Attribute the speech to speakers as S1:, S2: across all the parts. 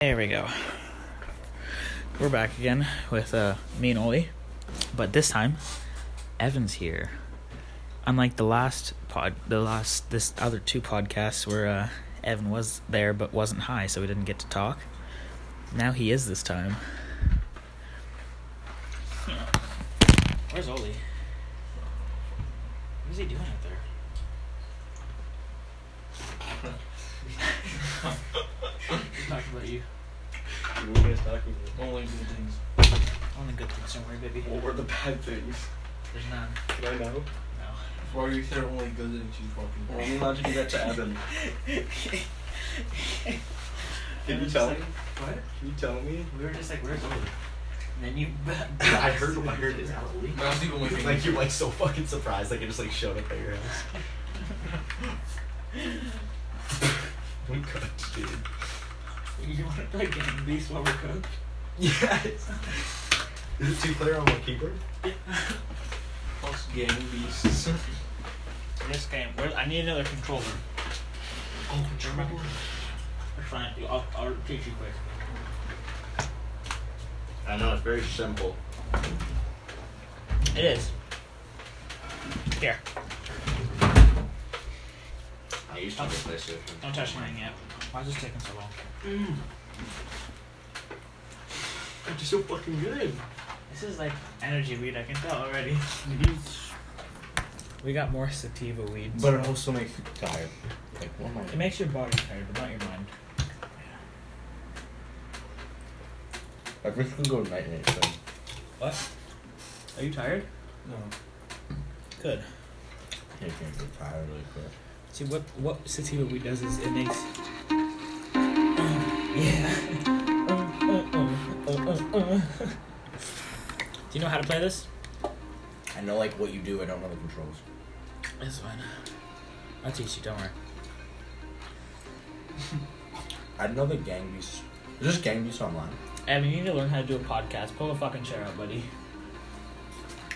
S1: There we go. We're back again with uh, me and Oli, but this time, Evan's here. Unlike the last pod, the last this other two podcasts where uh, Evan was there but wasn't high, so we didn't get to talk. Now he is this time. Where's Oli? What is he doing out there? Talking about you.
S2: What were you guys talking about? Only good things.
S1: Only good things, don't worry, baby.
S2: What were the bad things?
S1: There's none.
S2: Can I know?
S1: No.
S3: Why you said only good things you
S2: We're
S3: fucking
S2: only allowed to do that to Evan. Can you tell?
S4: Like,
S2: Can
S4: what?
S2: you tell me?
S4: We were just like, where's Oli? And then you.
S2: I heard- I heard it.
S4: Is that Oli?
S3: That was the only thing.
S2: Like you're like so fucking surprised, like it just like showed up at your house. we cooked, dude.
S4: You want to play Gang Beasts while we're cooked?
S2: Yes. Is it two player on my keyboard?
S3: Plus gang beasts.
S1: This game, where, I need another controller.
S2: Oh,
S1: German. That's fine. I'll, I'll teach you quick.
S2: I know it's very simple.
S1: It is. Here,
S2: I used
S1: to get
S2: PlayStation.
S1: don't touch anything yet. Why is this taking so long?
S2: It's so fucking good.
S1: This is like energy weed. I can tell already. We got more sativa weeds.
S3: But it also makes you tired. Like one more.
S1: it makes your body tired, but not your mind.
S3: I wish we could go night night. So.
S1: What? Are you tired?
S3: No.
S1: Good.
S3: Yeah, you can't get tired really quick.
S1: See what what sativa weed does is it makes. yeah. Do you know how to play this?
S3: I know like what you do. I don't know the controls.
S1: It's fine. I'll teach you. Don't worry.
S3: I know the gang beasts. Is this gang beasts online?
S1: Evan, you need to learn how to do a podcast. Pull a fucking chair out, buddy.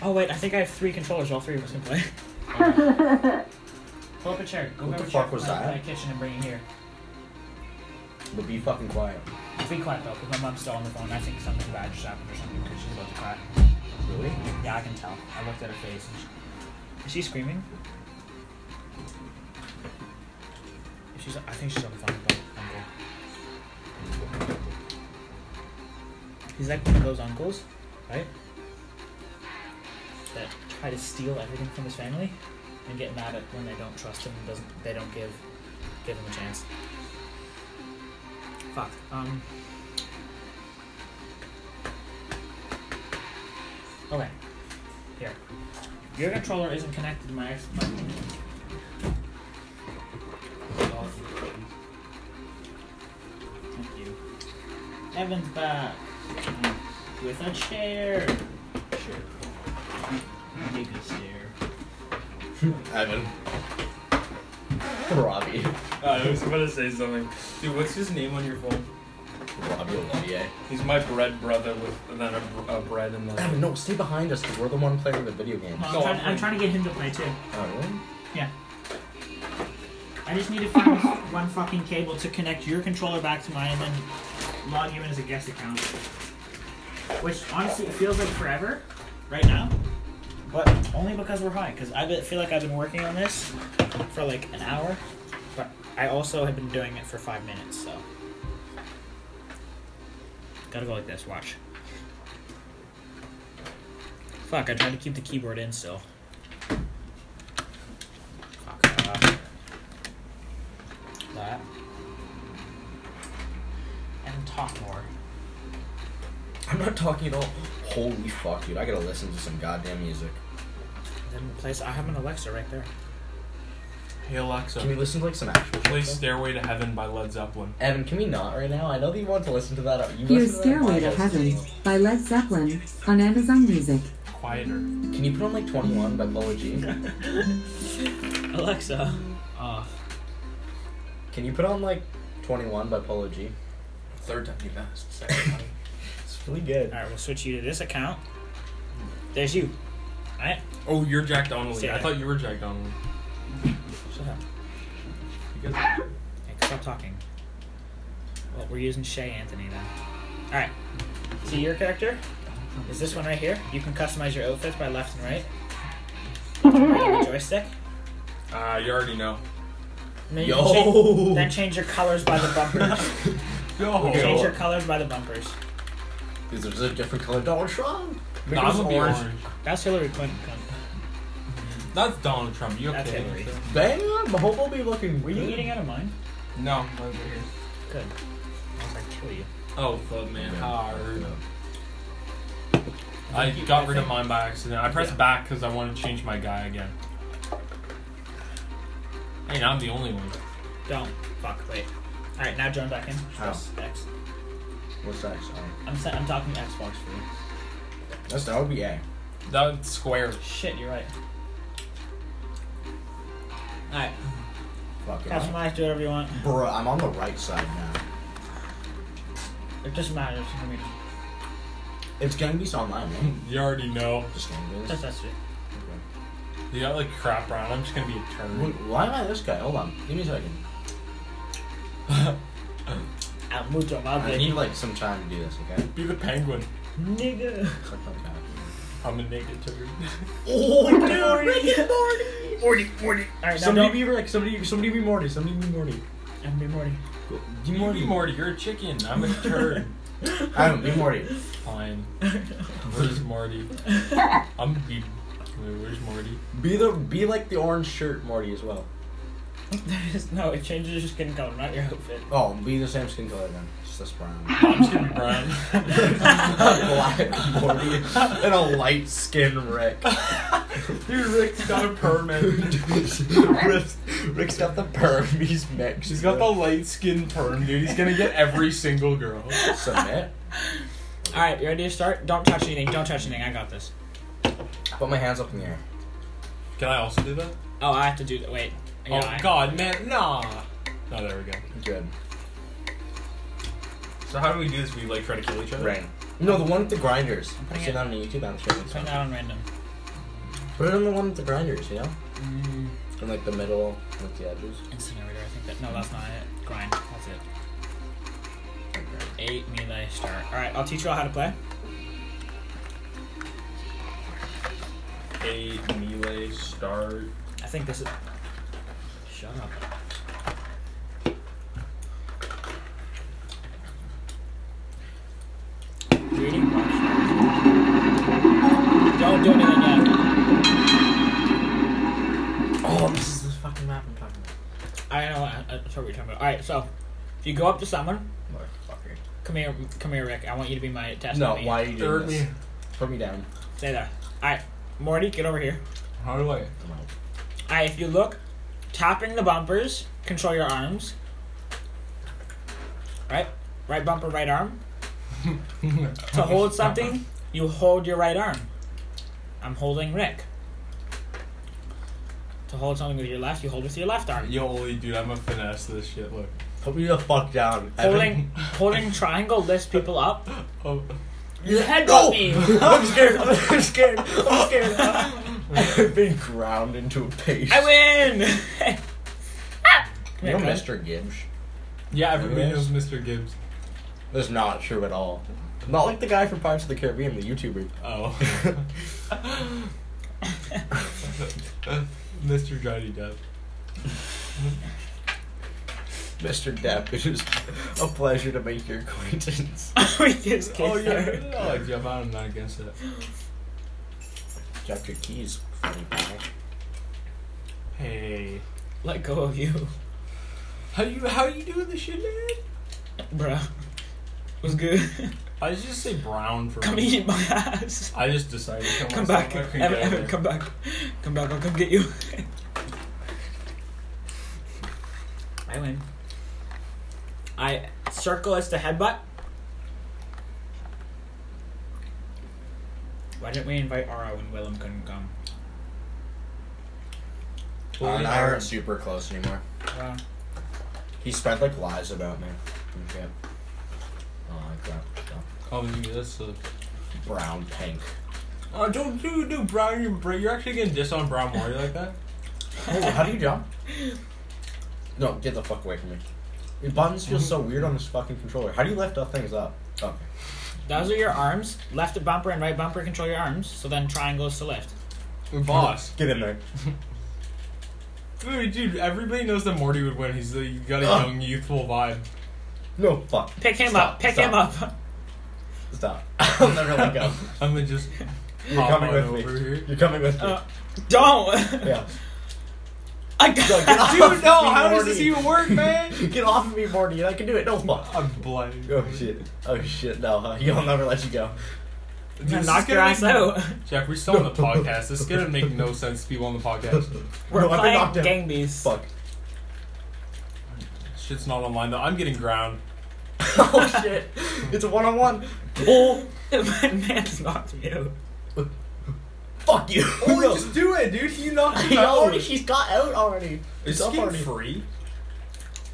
S1: Oh wait, I think I have three controllers. All three of us can play. Pull up a chair. Go
S3: What
S1: grab
S3: the
S1: a chair
S3: fuck was
S1: from my-
S3: that?
S1: My kitchen and bring it here.
S3: But be fucking quiet.
S1: Be quiet though, because my mom's still on the phone. I think something bad just happened or something because she's about to cry.
S3: Really?
S1: Yeah, I can tell. I looked at her face. And she... Is she screaming? If she's, I think she's on the phone. But I'm good. He's like one of those uncles, right? That try to steal everything from his family and get mad at when they don't trust him. and Doesn't they don't give give him a chance? Fuck. Um. Okay. Here. Your controller isn't connected to my Xbox. Thank you. Evan's back. With a chair. Sure. You can stare.
S3: Evan. Robbie.
S2: Uh, I was about to say something. Dude, what's his name on your phone?
S3: Robbie Olivier.
S2: He's my bread brother with then a, a bread and
S3: Evan, no, stay behind us because we're the one playing the video game.
S1: No, I'm,
S2: Go
S1: trying,
S2: on,
S1: I'm
S2: please.
S1: trying to get him to play too.
S3: Oh, really?
S1: Yeah. I just need to find one fucking cable to connect your controller back to mine and then log you in as a guest account. Which honestly, it feels like forever right now. But only because we're high, because I be- feel like I've been working on this for like an hour, but I also have been doing it for five minutes, so. Gotta go like this, watch. Fuck, I tried to keep the keyboard in still. Fuck. Uh, that. And talk more.
S3: I'm not talking at all. Holy fuck, dude! I gotta listen to some goddamn music.
S1: Then the place I have an Alexa right there.
S2: Hey Alexa,
S3: Can we listen to like some actual? shit,
S2: play
S3: though?
S2: Stairway to Heaven by Led Zeppelin.
S3: Evan, can we not right now? I know that you want to listen to that. You
S5: Here's
S3: listen to that
S5: Stairway to
S3: while I listen
S5: Heaven by Led Zeppelin on Amazon Music.
S2: Quieter.
S3: you. Can you put on like 21 by Paula G?
S1: Alexa. Off.
S3: Can you put on like 21 by Paula G?
S2: Third time you passed.
S3: It's really good.
S1: Alright, we'll switch you to this account. There's you. Alright?
S2: Oh, you're Jack Donnelly. I
S1: Stairway.
S2: thought you were Jack Donnelly.
S1: Shut up.
S2: Because
S1: Hey, stop talking. Well, we're using Shay Anthony then. Alright. So your character is this one right here. You can customize your outfits by left and right. You have a joystick.
S2: Uh, you already know.
S1: And then, you can change,
S3: Yo.
S1: then change your colors by the bumpers.
S2: Yo.
S1: change your colors by the bumpers.
S3: Because there's a different color Donald Trump.
S2: Nah, I'm gonna be orange.
S1: That's Hillary Clinton. cunt.
S2: That's Donald Trump. You
S1: That's
S2: okay?
S1: Hillary.
S3: Bang on, my hope will be looking
S1: Were you eating
S3: weird.
S1: out of mine?
S2: No. I'm over here.
S1: Good. I was like, kill you.
S2: Oh, fuck, man. How rude. I got rid of mine by accident. I pressed back because I wanted to change my guy again. Hey, now I'm the only one.
S1: Don't. Fuck. Wait. All right, now join back in. Just
S3: How?
S1: press X.
S3: What's that? Sorry.
S1: I'm se- I'm talking Xbox for you.
S3: That's that would be A.
S2: That's square.
S1: Shit, you're right. All right,
S3: Fuck it.
S1: customize, do whatever you want.
S3: Bro, I'm on the right side now.
S1: It doesn't matter. I mean,
S3: It's Gang Beast Online, right?
S2: You already know.
S3: Just Gang Beast.
S1: that's that's it.
S3: Okay.
S2: You got like crap around. I'm just gonna be a turd.
S3: Wait, Why am I this guy? Hold on. Give me a second.
S1: Al mucho
S3: I
S1: madre,
S3: need like some time to do this, okay?
S2: Be the penguin.
S1: nigga.
S3: Click on that.
S2: I'm a naked turd.
S3: Oh,
S1: dude, Rick and
S3: Morty!
S1: Morty, Morty. All right, now
S3: Somebody
S1: don't.
S3: be Rick, somebody, somebody be Morty, somebody be Morty.
S1: I'm be Morty.
S3: Go- Be
S2: You be
S3: Morty.
S2: Morty. You're a chicken. I'm a turd.
S3: I don't, be Morty.
S2: Fine. Where's Morty? I'm be. Wait, where's Morty?
S3: Be the, be like the orange shirt Morty as well.
S1: no, it changes your skin color, not your outfit.
S3: Oh, be the same skin color then. Just this brown.
S2: I'm just gonna be brown.
S3: a black Morty and a light skin Rick.
S2: Dude, Rick's got a permit.
S3: Rick's, Rick's got the perm. He's mixed.
S2: He's got the light skin perm, dude. He's gonna get every single girl.
S3: submit.
S1: All right, you ready to start? Don't touch anything. Don't touch anything. I got this.
S3: Put my hands up in the air.
S2: Can I also do that?
S1: Oh, I have to do that. Wait. Yeah,
S2: oh
S1: I-
S2: God, man, nah. Oh, there we go.
S3: Good.
S2: So how do we do this? We like try to kill each other.
S3: Rain. No, the one with the grinders. I've
S1: Yeah.
S3: seen that on YouTube. I'm sure.
S1: Turn that on random.
S3: Put it on the one with the grinders. You know,
S1: Mm.
S3: in like the middle with the edges.
S1: Incinerator, I think that. No, that's not it. Grind. That's it. Eight melee start. All right, I'll teach you all how to play.
S2: A melee start.
S1: I think this is. Shut up. Reading watch. Don't do anything yet.
S3: Oh, this is this fucking map I'm talking
S1: I know. I, I, that's what we're talking about. All right, so if you go up to someone,
S3: about. Motherfucker.
S1: come here, come here, Rick. I want you to be my test.
S3: No,
S1: dummy.
S3: why are you doing
S2: Third
S3: this?
S2: me.
S3: Put me down.
S1: Stay there. All right, Morty, get over here.
S2: How do I?
S3: I'm out.
S1: Alright, if you look, tapping the bumpers, control your arms. Right? Right bumper, right arm. to hold something, you hold your right arm. I'm holding Rick. To hold something with your left, you hold with your left arm.
S2: Yo, Oli, dude, I'm a finesse this shit. Look.
S3: Put me the fuck down.
S1: Holding holding triangle lifts people up.
S2: Oh,
S1: You headbutt
S3: No!
S1: me!
S3: I'm scared. I'm scared. I'm scared. I've been ground into a paste.
S1: I win! Ah! Come
S3: You're
S1: here, Chris.
S3: Mr. Gibbs.
S2: yeah, everybody
S3: Yes.
S2: knows Mr. Gibbs.
S3: That's not true at all. Not like the guy from Pirates of the Caribbean, the YouTuber.
S2: Oh. Mr. Johnny Depp.
S3: Mr. Depp, it is a pleasure to make your acquaintance.
S1: we just
S2: Oh
S1: kissed
S2: yeah.
S1: her.
S2: I like Jeff. I'm not against it.
S3: Drop your keys, funny pal.
S2: Hey.
S1: Let go of you.
S2: How you how you doing this shit, man?
S1: Bruh. Was good.
S2: I just say brown for
S1: Come
S2: me.
S1: eat my ass.
S2: I just decided.
S1: Come back.
S2: I
S1: Evan, Evan, come back. Come back. I'll come get you. I win. I circle is the headbutt. Why didn't we invite Ara when Willem couldn't come?
S3: Uh, and I aren't super close anymore.
S1: Well,
S3: He spread like lies about me. Okay. Oh, like that. stuff.
S2: Oh, dude, that's a...
S3: Brown pink.
S2: Oh, don't do do brown. You're, bra- you're actually getting dissed on brown more. You like that?
S3: Oh, how do you jump? No, get the fuck away from me. Your buttons feel so weird on this fucking controller. How do you lift up things up? Okay.
S1: Those are your arms. Left bumper and right bumper control your arms. So then triangles to lift.
S2: Boss.
S3: Get in there.
S2: Dude, dude, everybody knows that Morty would win. He's like, got a young, youthful vibe.
S3: No, fuck.
S1: Pick him
S3: Stop,
S1: up. Pick
S3: stop,
S1: him up.
S3: Stop. I'll never let go.
S2: I'm gonna just
S3: You're
S2: hop
S3: coming
S2: on
S3: with
S2: over
S3: me.
S2: here.
S3: You're coming with me.
S1: Uh, don't.
S3: yeah.
S1: I got
S3: Yo, get off
S2: Dude, no,
S3: me,
S2: how does
S3: Morty.
S2: this even work, man?
S3: Get off of me, Morty. I can do it. No, fuck.
S2: I'm blind.
S3: Oh shit. Oh shit. No, huh? he'll never let you go.
S2: Dude, this
S1: Now
S2: is
S1: knock your
S2: gonna
S1: ass
S2: make-
S1: out.
S2: Jack, we're still on the podcast. This is gonna make no sense to people on the podcast.
S1: We're
S3: no, I've been
S1: playing
S3: knocked down.
S1: Gang Beasts.
S3: Fuck.
S2: Shit's not online though. I'm getting ground.
S3: oh shit. It's a one on one.
S1: Oh, man's knocked me out.
S3: Fuck you. No.
S2: do it, dude. You knocked
S3: He already, he's got out already. He's
S2: Is this
S3: up
S2: game
S3: already.
S2: free?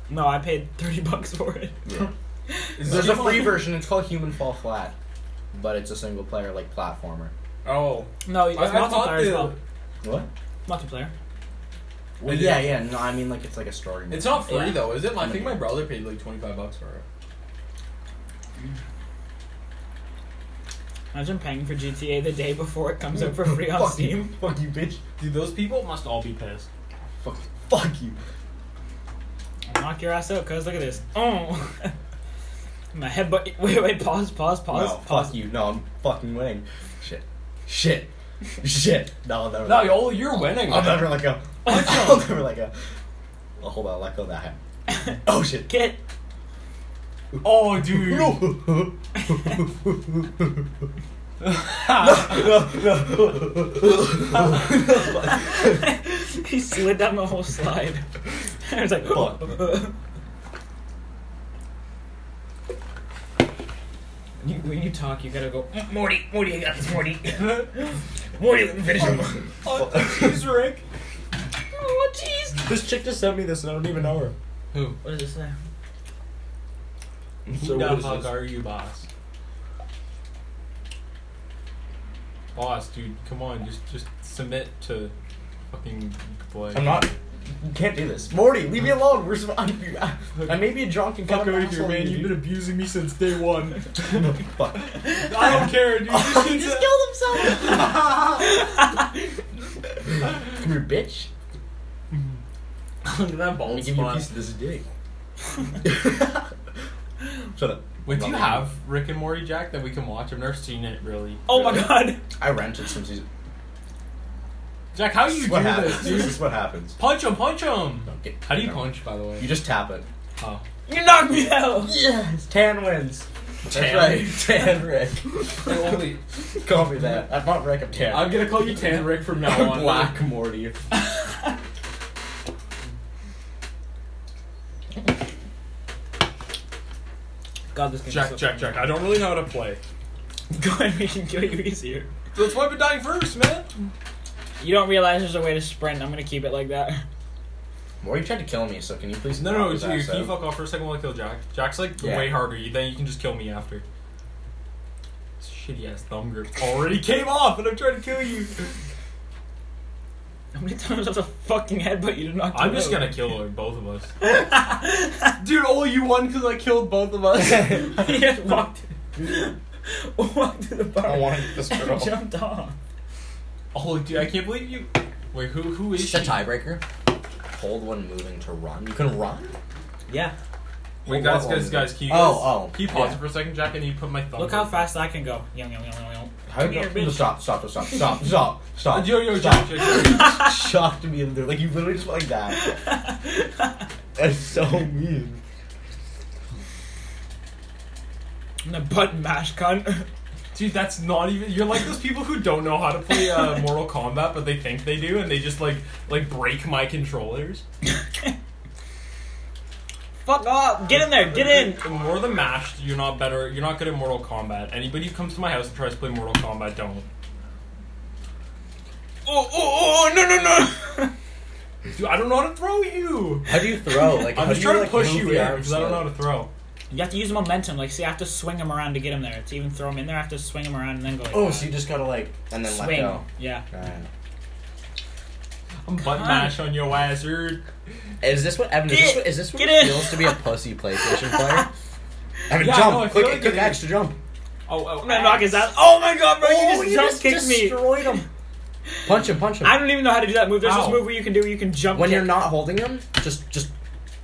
S1: No, I paid thirty bucks for it.
S2: Is
S3: There's
S2: this
S3: a free version. It's called Human Fall Flat, but it's a single player like platformer.
S2: Oh,
S1: No, it's
S2: I thought
S1: multiplayer as
S2: the-
S1: well.
S3: What?
S1: Multiplayer.
S3: Well,
S2: It
S3: yeah,
S2: is.
S3: yeah. No, I mean like it's like a story. mode.
S2: it's not free
S3: Yeah.
S2: though, is it? I think my brother paid like 25 bucks for it.
S1: Imagine paying for GTA the day before it comes out for free on
S3: Fuck
S1: Steam.
S3: you. Fuck you, bitch.
S2: Dude, those people must all be pissed.
S3: Fuck. Fuck you.
S1: Knock your ass out, cuz look at this. Oh, my headbutt. Wait, wait, pause, pause, pause,
S3: no,
S1: pause.
S3: fuck you. No, I'm fucking winning. Shit. Shit. Shit. No, I'll never.
S2: No,
S3: let go.
S2: yo, you're winning.
S3: I'll
S2: man.
S3: never let go. I'll never let go. Oh, hold on. Let go of that. Oh shit.
S1: Get
S2: Oh, dude.
S3: No. no, no.
S1: he slid down the whole slide. I was like,
S3: Fuck.
S1: You, when you talk, you gotta go, "Mm, Morty, Morty, I got this, Morty. Morty, let me finish him.
S2: Oh, jeez, Rick.
S1: oh, jeez.
S3: this chick just sent me this, and I don't even know her.
S2: Who?
S1: What does it say?
S2: Who
S3: So
S2: the
S3: what is
S2: fuck
S3: this?
S2: are you, boss? Boss, dude, come on, just just submit to fucking play.
S3: I'm not. You can't do this, Morty. Leave me alone. We're. Some, I'm, I, I may be a drunk and
S2: Fuck
S3: kind of
S2: out
S3: an
S2: of here,
S3: asshole,
S2: man. You've been
S3: dude.
S2: abusing me since day one.
S3: Fuck.
S2: I don't care, dude. This
S3: he
S2: shit's
S3: just killed himself. Come here, bitch.
S2: Look at that
S3: Let
S2: bald
S3: me give you a piece of this dick. Shut up.
S2: Wait, do you
S3: Nothing.
S2: have Rick and Morty, Jack, that we can watch? I've never seen it, really.
S1: Oh my god.
S3: I rented some season.
S2: Jack, how
S3: This
S2: you
S3: is
S2: do
S3: what
S2: this,
S3: happens. This
S2: dude?
S3: is what happens.
S2: Punch him, punch him!
S3: Okay.
S2: How do you
S3: No.
S2: punch, by the way?
S3: You just tap it.
S2: oh.
S1: You knocked me out.
S3: Yes, Tan wins.
S2: Tan.
S3: That's right, Tan Rick.
S2: Holy-
S3: Call me that. I'm not Rick. I'm Tan.
S2: I'm gonna call you Tan Rick from now on.
S3: Black Morty.
S1: God, this game
S2: Jack,
S1: is so
S2: Jack, Jack. I don't really know how to play.
S1: Go ahead, we can kill you easier.
S2: Let's wipe it down first, man.
S1: You don't realize there's a way to sprint. I'm gonna keep it like that.
S3: Morty tried to kill me, so can you please?
S2: No, no,
S3: knock
S2: no
S3: his
S2: dude,
S3: ass
S2: can you
S3: out?
S2: fuck off for a second while I kill Jack? Jack's like
S3: Yeah.
S2: way harder, you- then you can just kill me after. This shitty ass thumb grip already came off and I'm trying to kill you.
S1: How many times does a fucking headbutt you to knock
S2: I'm just
S1: him
S2: gonna kill both of us. dude, all you won because I killed both of us.
S1: out? he just walked, walked to the bar.
S3: I wanted this girl.
S1: and jumped off.
S2: oh, dude, I can't believe you. Wait, who who is
S3: It's just
S2: she?
S3: a tiebreaker. Hold one moving to run. You can run.
S1: Yeah.
S3: Hold
S2: Wait, guys,
S3: on.
S2: guys, guys, can you guys,
S3: Oh, oh,
S2: can you pause
S3: yeah.
S2: it for a second, Jack, and you put my thumb?
S1: Look how fast I can go. Yum, yum, yum, yum, yum.
S3: How
S1: Come here,
S3: you
S1: bitch.
S3: Stop! Stop! Stop! Stop! Stop!
S2: Uh,
S3: Stop!
S2: Yo, yo, Jack,
S3: stop.
S2: Jack, Jack.
S3: Shocked me in there. Like you literally just went like that. That's so mean.
S1: I'm gonna butt mash cunt.
S2: dude, that's not even. You're like those people who don't know how to play uh, Mortal Kombat, but they think they do, and they just like like break my controllers.
S1: Fuck off! Get in there! Get in!
S2: More than mashed, you're not better. You're not good at Mortal Kombat. Anybody who comes to my house and tries to play Mortal Kombat, don't.
S1: Oh, oh, oh, oh, no, no, no!
S2: Dude, I don't know how to throw you.
S3: How do you throw? Like
S2: I'm
S3: how
S2: just
S3: do you,
S2: trying
S3: like,
S2: to push
S3: move
S2: you
S3: the
S2: in
S3: arms
S2: because I don't know
S3: so-
S2: how to throw.
S1: You have to use momentum. Like, see, I have to swing him around to get him there. To even throw him in there, I have to swing him around and then go like
S3: Oh,
S1: that.
S3: so you just gotta like and then
S1: swing.
S3: let go.
S1: Yeah.
S3: Alright.
S2: I'm butt mash on your ass, dude.
S3: Is this what Evan? Is this
S1: Get-
S3: what, is this what
S1: get
S3: it
S1: in.
S3: feels to be a pussy PlayStation player? Evan,
S2: Yeah,
S3: jump!
S2: no, I feel
S3: quick,
S2: like
S3: quick,
S2: it-
S3: axe to jump!
S2: Oh, oh,
S1: I'm gonna knock his ass. Oh my god, bro!
S3: Oh,
S1: you just jump kicked me.
S3: destroyed him. Punch him! Punch him!
S1: I don't even know how to do that move. There's
S2: Ow.
S1: this move where you can do. You can jump.
S3: When
S1: kick.
S3: you're not holding him, just just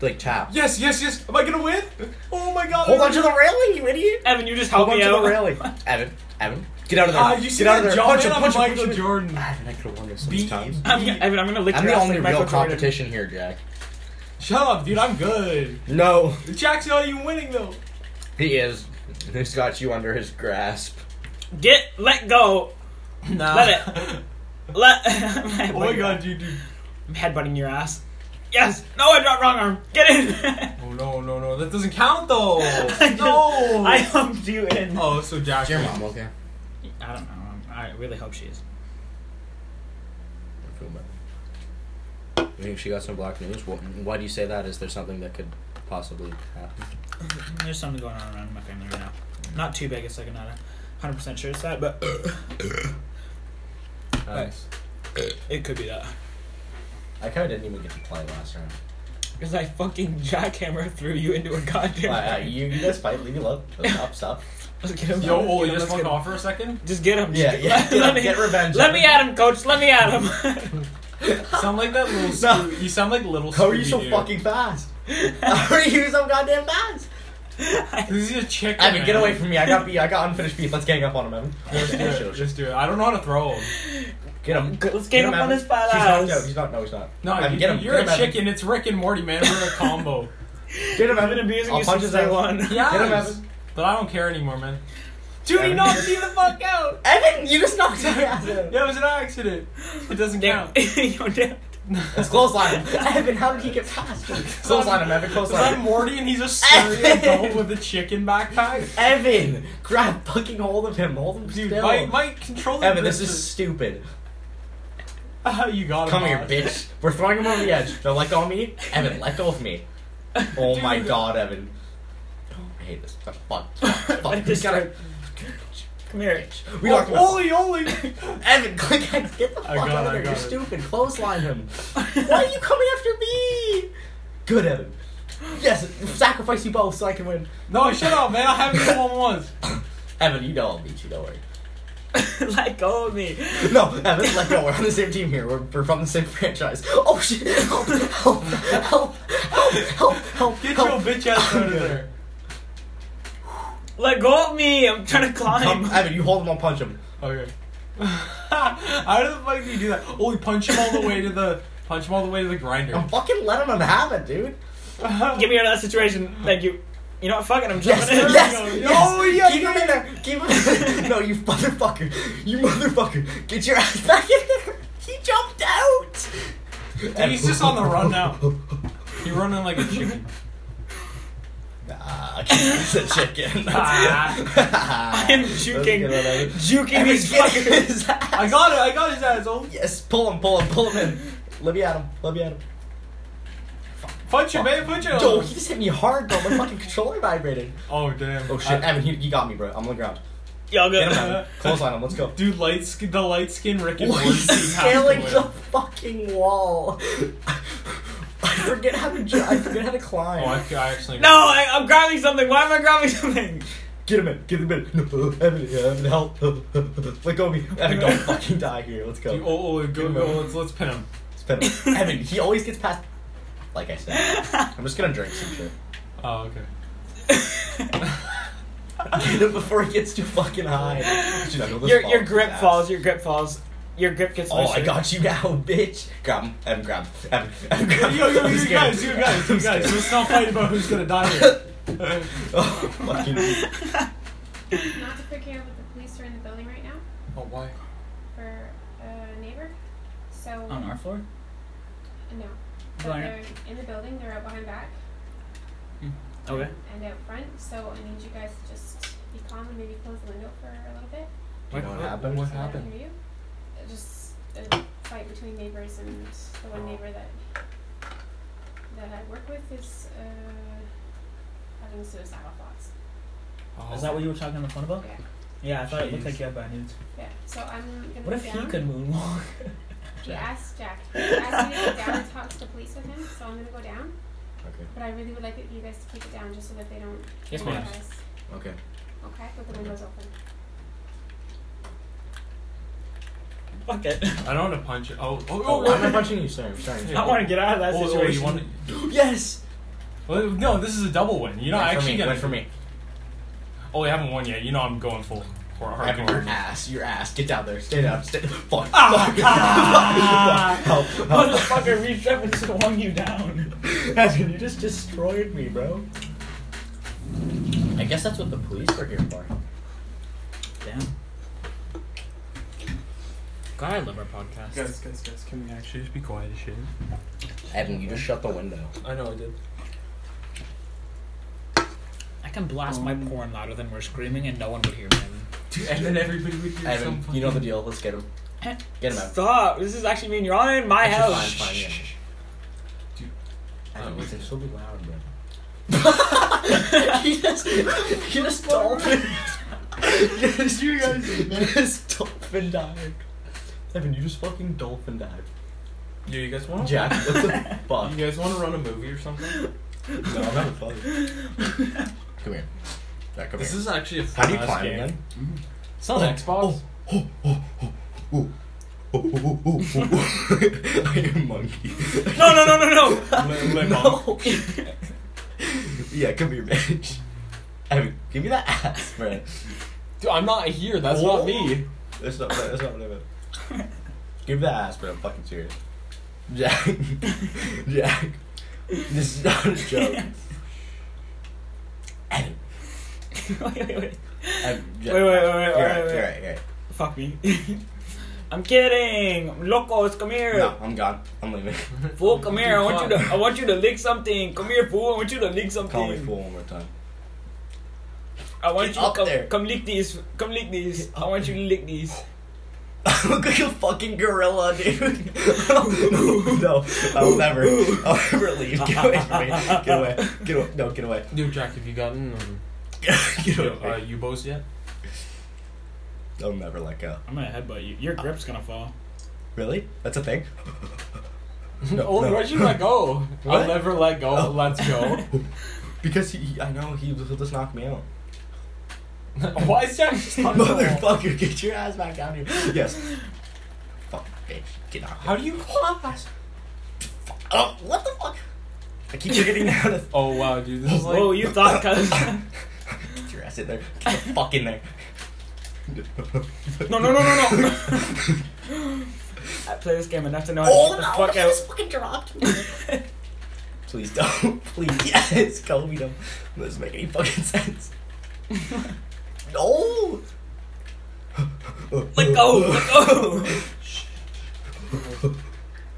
S3: like tap.
S2: Yes, yes, yes. Am I gonna win? Oh my god.
S3: Hold on to the railing, you idiot!
S1: Evan, you just help
S3: Hold
S1: me
S3: on to
S1: out.
S3: the railing, Evan. Evan, get out of there!
S2: Ah, you see
S3: get out of
S2: that
S3: there!
S2: jaw
S3: Punch
S2: man
S3: him!
S2: on
S3: Punch him! Punch
S2: Michael
S3: him!
S2: Jordan.
S3: Evan, I could have won this
S2: Beat-
S3: sometimes.
S1: I'm gonna, Evan, I'm gonna lick
S3: I'm
S1: your
S3: the
S1: ass
S3: only
S1: like Michael
S3: real
S1: Jordan.
S3: competition here, Jack.
S2: Shut up, dude. I'm good.
S3: No,
S2: Jack's not even winning though.
S3: he is. He's got you under his grasp.
S1: Get let go.
S3: Uh.
S2: Nah.
S1: Let
S2: it.
S1: Let.
S2: oh my god, dude, dude.
S1: I'm headbutting your ass. Yes. No, I dropped wrong arm. Get in.
S2: Oh no, no, no. That doesn't count though.
S1: I just-
S2: no.
S1: I humped you in.
S2: oh, so Jack.
S3: Is your mom okay?
S1: I don't know. I'm- I really hope she is.
S3: I feel bad. You think she got some black news? Wh- Why do you say that? Is there something that could possibly happen?
S1: There's something going on around my family right now. Not too big. It's like I'm not 100 percent sure it's that, but
S3: Nice.
S1: it could be that.
S3: I kind of didn't even get to play last round.
S1: Because I fucking jackhammer threw you into a goddamn.
S3: Uh, you, you guys fight. Leave me alone. Stop, stop.
S1: Let's get him.
S2: Yo, oh,
S1: Let's
S2: you
S1: get him.
S2: just
S1: Let's
S2: fuck
S1: get him.
S2: off for a second.
S1: Just get him. Just
S3: Yeah,
S1: get-
S3: yeah, get him.
S1: me-
S3: Get revenge
S1: Let
S3: on
S1: me
S3: him.
S1: at him, coach. Let me at him.
S2: Sound like that little.
S3: No.
S2: Scoo- you sound like little.
S3: How are you
S2: Scooby
S3: so
S2: Doo.
S3: fucking fast? How are you so goddamn fast?
S2: This is a chicken.
S3: Evan, get
S2: man.
S3: away from me. I got be I got unfinished beef. Let's gang up on him, Evan.
S2: Just do it. Just do it. I don't know how to throw him.
S3: Get him.
S1: Let's gang up on
S3: Evan.
S1: this fat
S3: He's
S1: ass.
S3: knocked out. He's not. No, he's not.
S2: No,
S3: Evan,
S2: you,
S3: get him.
S2: you're
S3: get
S2: a
S3: him, Evan.
S2: chicken. It's Rick and Morty, man. We're in a combo.
S3: Get him,
S1: I've
S3: Evan.
S1: been abusing
S3: I'll
S1: you
S3: punch
S1: since
S3: his
S1: day
S3: ass.
S1: one.
S2: Yeah,
S3: Get him, Evan.
S2: but I don't care anymore, man. Dude,
S3: Evan.
S2: me the fuck out.
S3: Evan, you just knocked his ass out.
S2: That was an accident. It doesn't
S1: Damn.
S2: count.
S1: Yo, damn.
S3: Let's clothesline him. Evan, how did he get past him? Clothesline him, Evan.
S2: Is that
S3: Clothesline him.
S2: Morty and he's a scary
S3: Evan.
S2: adult with a chicken backpack?
S3: Evan, grab fucking hold of him. Hold him
S2: Dude,
S3: still.
S2: Mike, Mike, control the
S3: Evan, this
S2: grip.
S3: is stupid.
S2: Ah, you got him.
S3: Come here,
S2: boss.
S3: bitch. We're throwing him over the edge. Now let go of me. Evan, let go of me. Oh my
S2: Dude.
S3: god, Evan. I hate this. Fuck. Fuck. fuck.
S1: I
S3: We
S1: just
S3: gotta-
S1: Come here.
S3: We talked
S2: Oh,
S3: about
S2: Oli, Oli.
S3: Evan, click X, get the fuck
S2: I got
S3: out
S2: it,
S3: of
S2: I
S3: there. You're
S2: got it.
S3: stupid. Clothesline him. Why are you coming after me? Good, Evan. Yes, sacrifice you both so I can win.
S2: no, shut up, man. I haven't hit one once.
S3: Evan, you know I'll beat you, don't worry.
S1: Let go of me.
S3: No, Evan, let go. We're on the same team here. We're, we're from the same franchise. Oh shit! Help! Help! Help! Help! Help! Help!
S2: Get
S3: help.
S2: your bitch ass out of there.
S1: Let go of me. I'm trying to climb.
S3: Come, Evan, you hold him, I'll punch him.
S2: Okay. How the fuck do you do that? Oli, punch him all the way to the punch him all the way to the grinder.
S3: I'm fucking let him have it, dude.
S1: Get me out of that situation. Thank you. You know what? Fuck it. I'm
S3: Yes,
S1: jumping in.
S3: yes,
S2: go.
S3: yes.
S2: Oh, yeah,
S3: Keep him
S2: yeah,
S3: in there. Keep him in there. No, you motherfucker. You motherfucker. Get your ass back in there. He jumped out.
S2: Dude, he's just on the run now. You're running like a chicken.
S3: Nah, he's a chicken.
S2: Ah.
S1: I'm
S3: Ah. I'm
S1: juking. Juking
S3: Evan's
S1: these
S3: getting
S1: fuckers.
S3: his ass.
S2: I got it. I got his ass. Oli.
S3: Yes, pull him, pull him, pull him in. Let me at him. Let me at him.
S2: Punch him, man. Punch him.
S3: Yo, he just hit me hard, bro. My fucking controller vibrated.
S2: Oh damn.
S3: Oh shit, Evan, he, he got me, bro. I'm on the ground.
S1: Y'all go.
S3: Get him, Evan. Close line him. Let's go.
S2: Dude, light skin, the light skin Rick and
S3: Oh,
S2: Morty
S3: he's
S2: team has
S3: scaling
S2: to
S3: the
S2: win.
S3: fucking wall. I forget how to. Ju- I forget how to climb.
S2: Oh, I, I actually.
S1: No, I, I'm grabbing something. Why am I grabbing something?
S3: Get him in. Get him in. No, Evan, Evan, help. Let go of me. Evan, don't fucking die here. Let's
S2: Dude,
S3: go.
S2: oh, oh, go,
S3: Get
S2: go.
S3: him.
S2: Let's let's pin him.
S3: It's been- Evan, he always gets past. Like I said, I'm just gonna drink some shit.
S2: Oh, okay.
S3: Get him before he gets too fucking high. Dude, I know this
S1: Your
S3: fall
S1: your
S3: is
S1: grip
S3: ass.
S1: falls. Your grip falls. Your grip gets.
S3: Oh,
S1: looser.
S3: I got you now, bitch. Grab him. Evan, grab him. Evan, Evan, grab him.
S2: Yo, yo,
S3: I'm
S2: you
S3: scared.
S2: guys, you guys, you
S3: I'm
S2: guys.
S3: scared.
S2: Let's not fight about who's gonna die here.
S3: Oh, fucking.
S6: Not to figure out what the police are in the building right now
S2: oh, why?
S6: for a neighbor. So
S1: On our floor.
S6: no, but
S1: Why not?
S6: they're in the building. They're out behind back
S1: Okay.
S6: and out front. So I need you guys to just be calm and maybe close the window for a little bit.
S3: You know what happened?
S2: What
S6: so I
S2: happened?
S6: don't hear you. Uh, Just a fight between neighbors and the one neighbor that that I work with is uh, having suicidal thoughts.
S2: Oh.
S1: Is that what you were talking on the phone about?
S6: Yeah.
S1: Yeah, I thought it looked
S2: Jeez.
S1: like you had bad news.
S6: Yeah. So I'm gonna.
S1: What
S6: go
S1: if he
S6: down.
S1: could moonwalk?
S6: He asked Jack. He asked me to go down and talk to the police with him, so I'm gonna go down.
S3: Okay.
S6: But I really would like you guys to keep it down just so that they don't
S1: Yes,
S6: hurt
S1: ma'am.
S6: us.
S3: Okay.
S6: Okay, with the windows open.
S1: Fuck it.
S2: I don't want to punch it. Oh, oh, oh,
S3: Oh, I'm not punching you, sorry. Sorry.
S1: I want to get out of that
S2: oh, oh,
S1: situation.
S2: you want?
S3: Yes.
S2: Well, no, this is a double win. You know,
S3: Went
S2: I
S3: for
S2: actually
S3: me.
S2: get
S3: Went for me.
S2: Oh, I haven't won yet. You know, I'm going full for a
S3: Evan, your
S2: hardcore.
S3: ass. Your ass. Get down there. Stay down. Stay. Fuck. fuck.
S1: ah.
S3: fuck. Help. Help.
S1: Motherfucker reached up and swung you down.
S3: Evan, you just destroyed me, bro. I guess that's what the police are here for.
S1: Damn. God, I love our podcast.
S2: Guys, guys, guys, can we actually just be quiet as shit?
S3: Evan, you just shut the window.
S2: I know I did.
S1: I can blast my porn louder than we're screaming and no one would hear me.
S2: And then everybody would hear
S3: Evan, you know the deal. Let's get him. Get him out.
S1: Stop! This is actually mean you're on in my
S3: Actually,
S1: house.
S3: Fine, fine, yeah.
S2: Dude.
S3: Evan,
S2: Oh,
S3: listen,
S2: okay.
S3: so be loud, bro. he just, he just dolphin. yes, you guys, you just dolphin dived. Evan, you just fucking dolphin dived.
S2: Do you guys want?
S3: Jack, what the fuck?
S2: You guys want to run a movie or something?
S3: No, I'm not a fuck. Come here. Jack, come
S2: This
S3: here.
S2: is actually a
S3: How do you
S2: fun-ass
S3: climb Oh,
S2: game.
S3: again?
S2: It's not an Xbox.
S3: oh, I am monkey.
S1: No, no, no, no, no!
S2: Li- li- mom.
S3: No. yeah, come here, bitch. Evan, give me that ass, man.
S2: Dude, I'm not here. That's
S3: Oh.
S2: not me.
S3: That's not. That's not what I meant. Give that ass, bro. I'm fucking serious. Jack, Jack, this is not a joke. Evan,
S1: wait, wait, wait.
S3: Evan,
S1: Wait, wait, wait, wait,
S3: Jack. You're
S1: wait,
S3: right.
S1: wait.
S3: You're right. You're right.
S1: Fuck me. I'm kidding. Locos, come here.
S3: No, I'm gone. I'm leaving.
S1: Fool, come here. I want you
S2: Fuck.
S1: to. I want you to lick something. Come here, fool. I want you to lick something.
S3: Call me fool one more time.
S1: I want
S3: Get
S1: you
S3: up
S1: come,
S3: there.
S1: come lick these. Come lick these. I want you to lick these.
S3: Look like a fucking gorilla, dude. no, I'll never, I'll never leave. Get away from me. Get away. Get away. No, get away.
S2: Dude, Jack, have you gotten um,
S3: Get
S2: yo,
S3: away.
S2: uh, U-boats yet?
S3: I'll never let go.
S1: I'm gonna headbutt you. Your grip's gonna fall.
S3: Really? That's a thing? No,
S2: oh,
S3: no.
S2: why'd you let go?
S3: What?
S2: I'll never let go.
S3: Oh.
S2: Let's go.
S3: Because he, he- I know he will just knock me out.
S2: Why is Jack just not
S3: Motherfucker, get your ass back down here. Yes. Fuck, bitch, get out.
S2: How do you class?
S3: Oh, what the fuck? I keep forgetting how to
S2: Oh wow, dude, this is like.
S1: Whoa, you thought, cuz.
S3: get your ass in there. Get the fuck in there.
S1: no, no, no, no, no. I play this game enough to know how to
S3: Oh
S1: get the
S3: no!
S1: fuck
S3: I
S1: out.
S3: just fucking dropped. me. Please don't. Please, yes, call me. Don't. That doesn't make any fucking sense. no.
S1: Let go. Let go.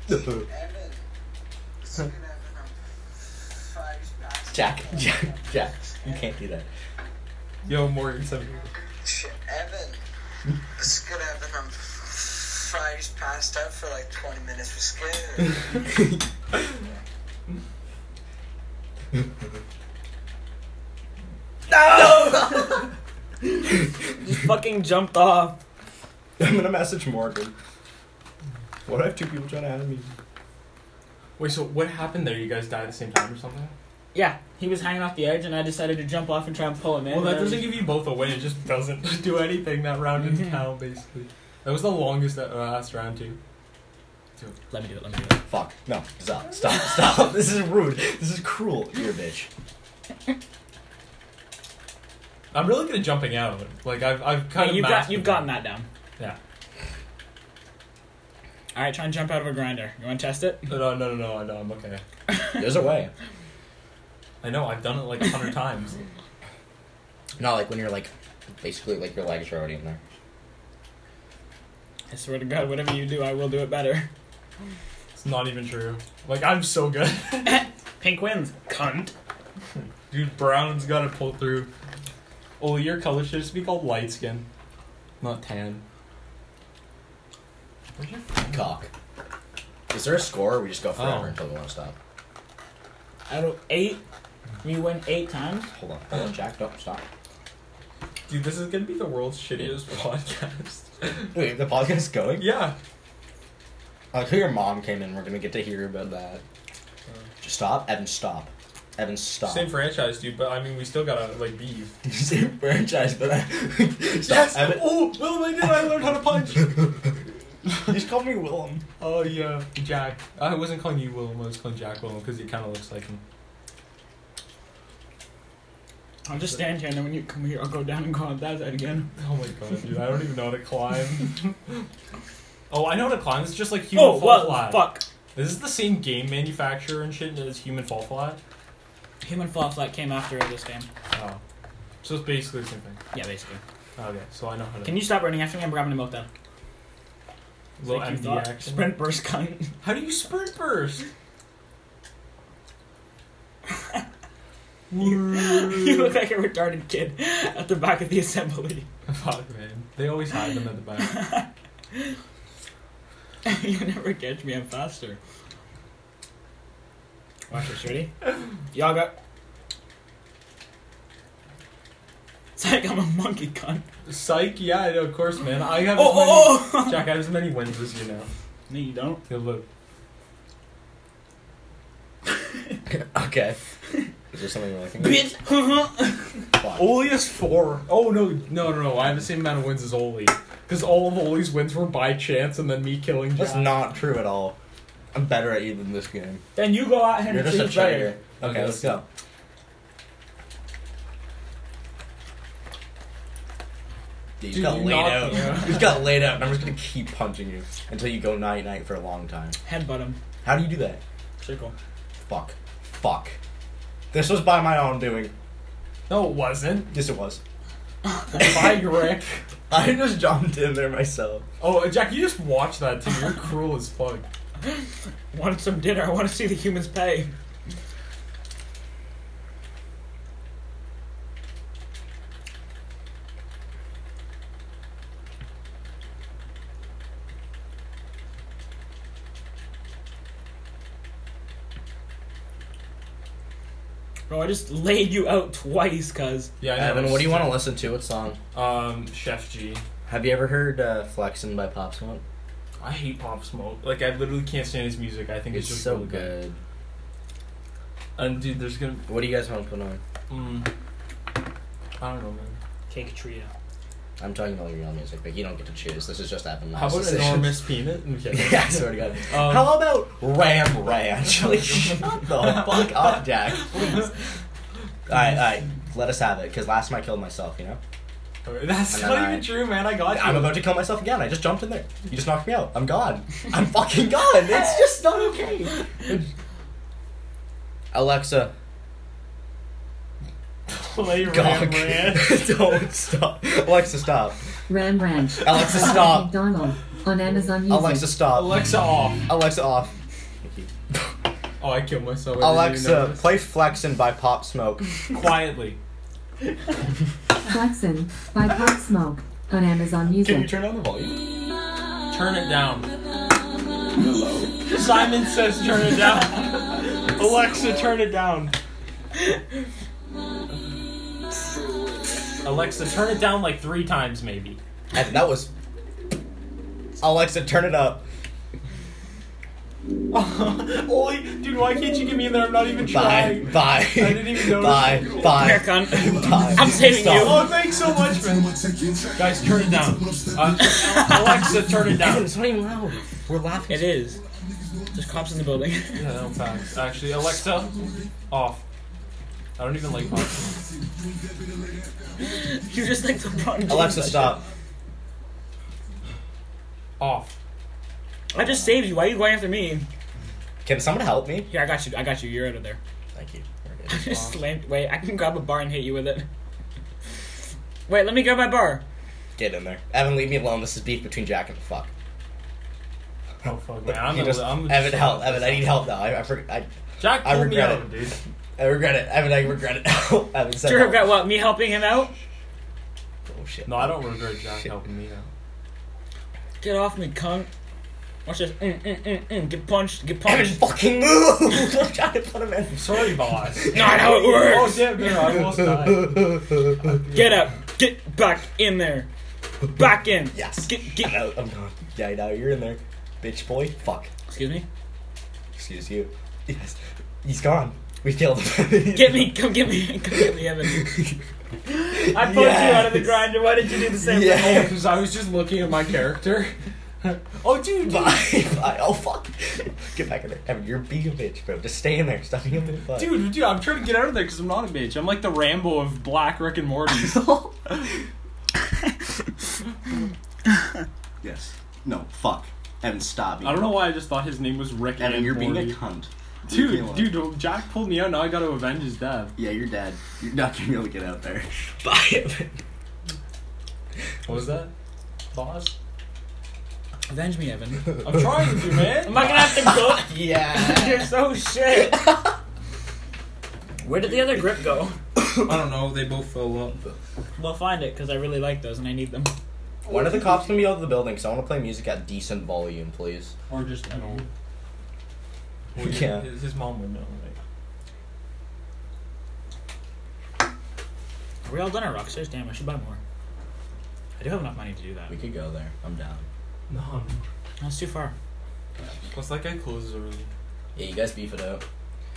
S7: Evan. Second Evan, I'm five years back.
S3: Jack, Jack, Jack. You can't do that.
S2: Yo, Morgan, seven.
S7: Shit, Evan. Second Evan, I'm five years passed out for like 20 minutes with skin.
S1: Just fucking jumped off.
S3: I'm gonna message Morgan. What if two people trying to add me?
S2: Wait, so what happened there? You guys died at the same time or something?
S1: Yeah, he was hanging off the edge, and I decided to jump off and try and pull him in.
S2: Well, that
S1: and I was-
S2: doesn't give you both a win. It just doesn't do anything that round in town, basically. Mm-hmm. That was the longest that uh, last round too.
S1: Let me do it. Let me do it.
S3: Fuck. No. Stop. Stop. Stop. This is rude. This is cruel. You're a bitch.
S2: I'm really good at jumping out of it. Like I've, I've kind
S1: Hey,
S2: of
S1: you've got
S2: mastered
S1: you've
S2: it.
S1: gotten that down.
S2: Yeah.
S1: All right, try and jump out of a grinder. You want to test it?
S2: No, no, no, no, I know. I'm okay.
S3: There's a way.
S2: I know. I've done it like a hundred times.
S3: Not like when you're like, basically like your legs are already in there.
S1: I swear to God, whatever you do, I will do it better.
S2: It's not even true. Like I'm so good,
S1: Pink wins, cunt.
S2: dude. Brown's got to pull through. Oh, your color should just be called light skin, not tan. Where's your
S3: Cock. Is there a score? Or we just go forever
S2: Oh.
S3: until we want to stop.
S1: Out of eight, we win eight times.
S3: Hold on. Hold on, Jack. Don't stop.
S2: Dude, this is gonna be the world's shittiest podcast.
S3: Wait, the podcast is going?
S2: yeah.
S3: I like how your mom came in. We're gonna get to hear about that. Just stop, Evan. Stop, Evan. Stop.
S2: Same franchise, dude, but I mean, we still gotta, like, beef.
S3: Same franchise, but I, stop,
S2: Yes!
S3: Evan.
S2: Oh, Willem, I did! I learned how to punch!
S3: you just called me Willem.
S2: Oh, yeah. Jack. I wasn't calling you Willem, I was calling Jack Willem because he kind of looks like him.
S1: I'll just stand here, and then when you come here, I'll go down and go on that side again.
S2: Oh my god, dude, I don't even know how to climb. oh, I know how to climb. It's just like Human
S1: Oh,
S2: Fall
S1: well,
S2: Flat.
S1: fuck.
S2: This is the same game manufacturer and shit as Human Fall Flat.
S1: Human Fall Flat came after this game.
S2: Oh. So it's basically the same thing.
S1: Yeah, basically.
S2: Okay, so I know how to.
S1: Can you stop running after me? I'm grabbing a milk then.
S2: Little
S1: Like you
S2: MD
S1: thought.
S2: action.
S1: Sprint burst cunt.
S2: How do you sprint burst?
S1: you look like a retarded kid at the back of the assembly.
S2: Fuck, man. They always hide them at the back.
S1: you never catch me. I'm faster. Watch this. Ready? Y'all got. It's like I'm a monkey cunt.
S2: Psych, yeah, I know, of course, man. I have as many.
S1: Oh, oh, oh!
S2: Jack, I have as many wins as you now.
S1: No, you don't.
S2: Good look.
S3: Okay. Is there something you're looking at?
S1: Bitch.
S3: Fuck.
S2: Oli is four. Oh no, no, no, no! I have the same amount of wins as Oli, because all of Oli's wins were by chance, and then me killing. Jack.
S3: That's not true at all. I'm better at you than this game.
S1: then you go at him
S3: You're
S1: and
S3: just
S1: see
S3: a
S1: who's better.
S3: traitor. Okay, let's go. Dude, you
S2: Dude,
S3: got
S2: you
S3: laid
S2: knocked
S3: out.
S2: me out.
S3: You just got laid out, and I'm just gonna keep punching you until you go night night for a long time.
S1: Headbutt him.
S3: How do you do that?
S1: Circle.
S3: Fuck. Fuck. This was by my own doing.
S2: No, it wasn't.
S3: Yes, it was.
S2: Bye, Rick.
S3: I just jumped in there myself.
S2: Oh, Jack, you just watch that too. You're cruel as fuck.
S1: Want some dinner? I want to see the humans pay. Bro, I just laid you out twice, cuz.
S2: Yeah, I know.
S3: Evan, what do you want to listen to? What song?
S2: to? Um, Chef G.
S3: Have you ever heard uh, "Flexin'" by Pop Smoke?
S2: I hate Pop Smoke. Like, I literally can't stand his music. I think
S3: It's
S2: it's, just
S3: so
S2: really bad.
S3: good.
S2: And dude, there's gonna.
S3: What do you guys want to put on?
S2: Mm, I don't know, man.
S1: Cake trio.
S3: I'm talking about your own music, but you don't get to choose. This is just Evan.
S2: How about enormous peanut? Okay.
S3: yeah, I swear to God.
S2: Um,
S3: How about Ram Ranch? Like, shut the fuck up, Jack. Please. Alright, alright. Let us have it, because last time I killed myself, you know?
S2: Alright, That's
S3: And then
S2: not
S3: I-
S2: even true, man. I got you.
S3: I'm about to kill myself again. I just jumped in there. You just knocked me out. I'm gone. I'm fucking gone. It's just not okay. Alexa,
S2: play Ram
S3: gawk.
S2: Ranch.
S3: Don't stop. Alexa, stop.
S5: Ram Ranch.
S3: Alexa, stop.
S5: McDonald on Amazon Music.
S3: Alexa, stop.
S2: Alexa off.
S3: Alexa, off. Thank you.
S2: Oh, I killed myself. I didn't even
S3: Alexa,
S2: notice.
S3: play Flexin' by Pop Smoke.
S2: quietly.
S5: Flexin' by Pop Smoke on Amazon Music.
S3: turn down the volume?
S2: Turn it down. Simon says turn it down. Alexa, turn it down. Alexa, turn it down like three times maybe.
S3: And that was. Alexa, turn it up.
S2: Oli, dude, why can't you get me in there? I'm not even
S3: Bye.
S2: trying.
S3: Bye.
S2: didn't even notice.
S3: Bye.
S1: Here,
S3: Bye.
S1: cunt.
S3: Bye.
S1: I'm saving
S3: Stop.
S2: Oh, thanks so much, man. Guys, turn it down. Uh, Alexa, turn it down.
S3: It's not even loud. We're laughing.
S1: It is. There's cops in the building.
S2: Yeah, no facts. Actually, Alexa, off. I don't even like pop.
S1: you just like LeBron James.
S3: Alexa, stop.
S2: Off.
S1: I just saved you. Why are you going after me?
S3: Can someone help me?
S1: Here, I got you. I got you. You're out of there.
S3: Thank you.
S1: I just slammed. Wait, I can grab a bar and hit you with it. Wait, let me grab my bar.
S3: Get in there. Evan, leave me alone. This is beef between Jack and the fuck.
S2: Oh fuck, man. I'm,
S3: You
S2: a,
S3: just-
S2: I'm
S3: Evan, help. Evan, I need help now. I, I, for, I,
S2: Jack,
S3: I
S2: pull me
S3: regret
S2: out,
S3: it.
S2: dude.
S3: I regret it. Evan, I regret it. Evan, said
S1: Do you regret what? Me helping him out?
S3: Oh, shit.
S2: No, I don't regret Jack
S3: Shit.
S2: helping me out.
S1: Get off me, cunt. Watch this. Mm, mm, mm, mm. Get punched. Get
S3: Evan,
S1: punched.
S3: fucking move! I'm trying to put him in.
S2: Sorry, boss.
S1: Not how it
S2: oh
S1: works.
S2: damn, man, I almost died.
S1: Get up. Get back in there. Back in.
S3: Yes.
S1: Get get.
S3: No, I'm gone. Yeah, now you're in there. bitch boy. Fuck.
S1: Excuse me?
S3: Excuse you. Yes. He's gone. We killed him.
S1: Get me, come get me, come get me, Evan. I pulled you out of the
S3: Yes.
S1: grinder. Why did you do the same
S3: Yeah.
S1: thing?
S2: Oh, because I was just looking at my character. oh, dude. dude.
S3: Bye, bye. Oh fuck. Get back in there, Evan. You're being a bitch, bro. Just stay in there, stuffing him in the butt.
S2: Dude, dude, I'm trying to get out of there because I'm not a bitch. I'm like the Rambo of Black Rick and Morty's.
S8: Yes. No, fuck. Evan, stop me.
S2: I don't know why I just thought his name was Rick
S8: Evan,
S2: and
S8: you're being
S2: Morty.
S8: a cunt. Leave me alone.
S2: Dude, dude, Jack pulled me out. Now I got to avenge his death.
S8: Yeah, you're dead. You're not gonna be able to get out there.
S3: Bye, Evan.
S2: What was that? Boss?
S1: Avenge me, Evan.
S2: I'm trying to, man.
S1: Am I gonna have to go?
S3: Yeah.
S1: You're so shit. Where did the other grip go?
S9: I don't know. They both fell up.
S1: We'll find it because I really like those and I need them.
S3: One of the cops can be out of the building, so I want to play music at decent volume, please.
S9: Or just I don't.
S2: Well,
S3: Yeah.
S2: His, his mom would know, right?
S1: Are we all done at Rockstars? Damn, I should buy more. I do have enough money to do that.
S3: We could go there. I'm down.
S2: No.
S1: That's too far.
S2: Plus, that guy closes early.
S3: Yeah, you guys beef it out.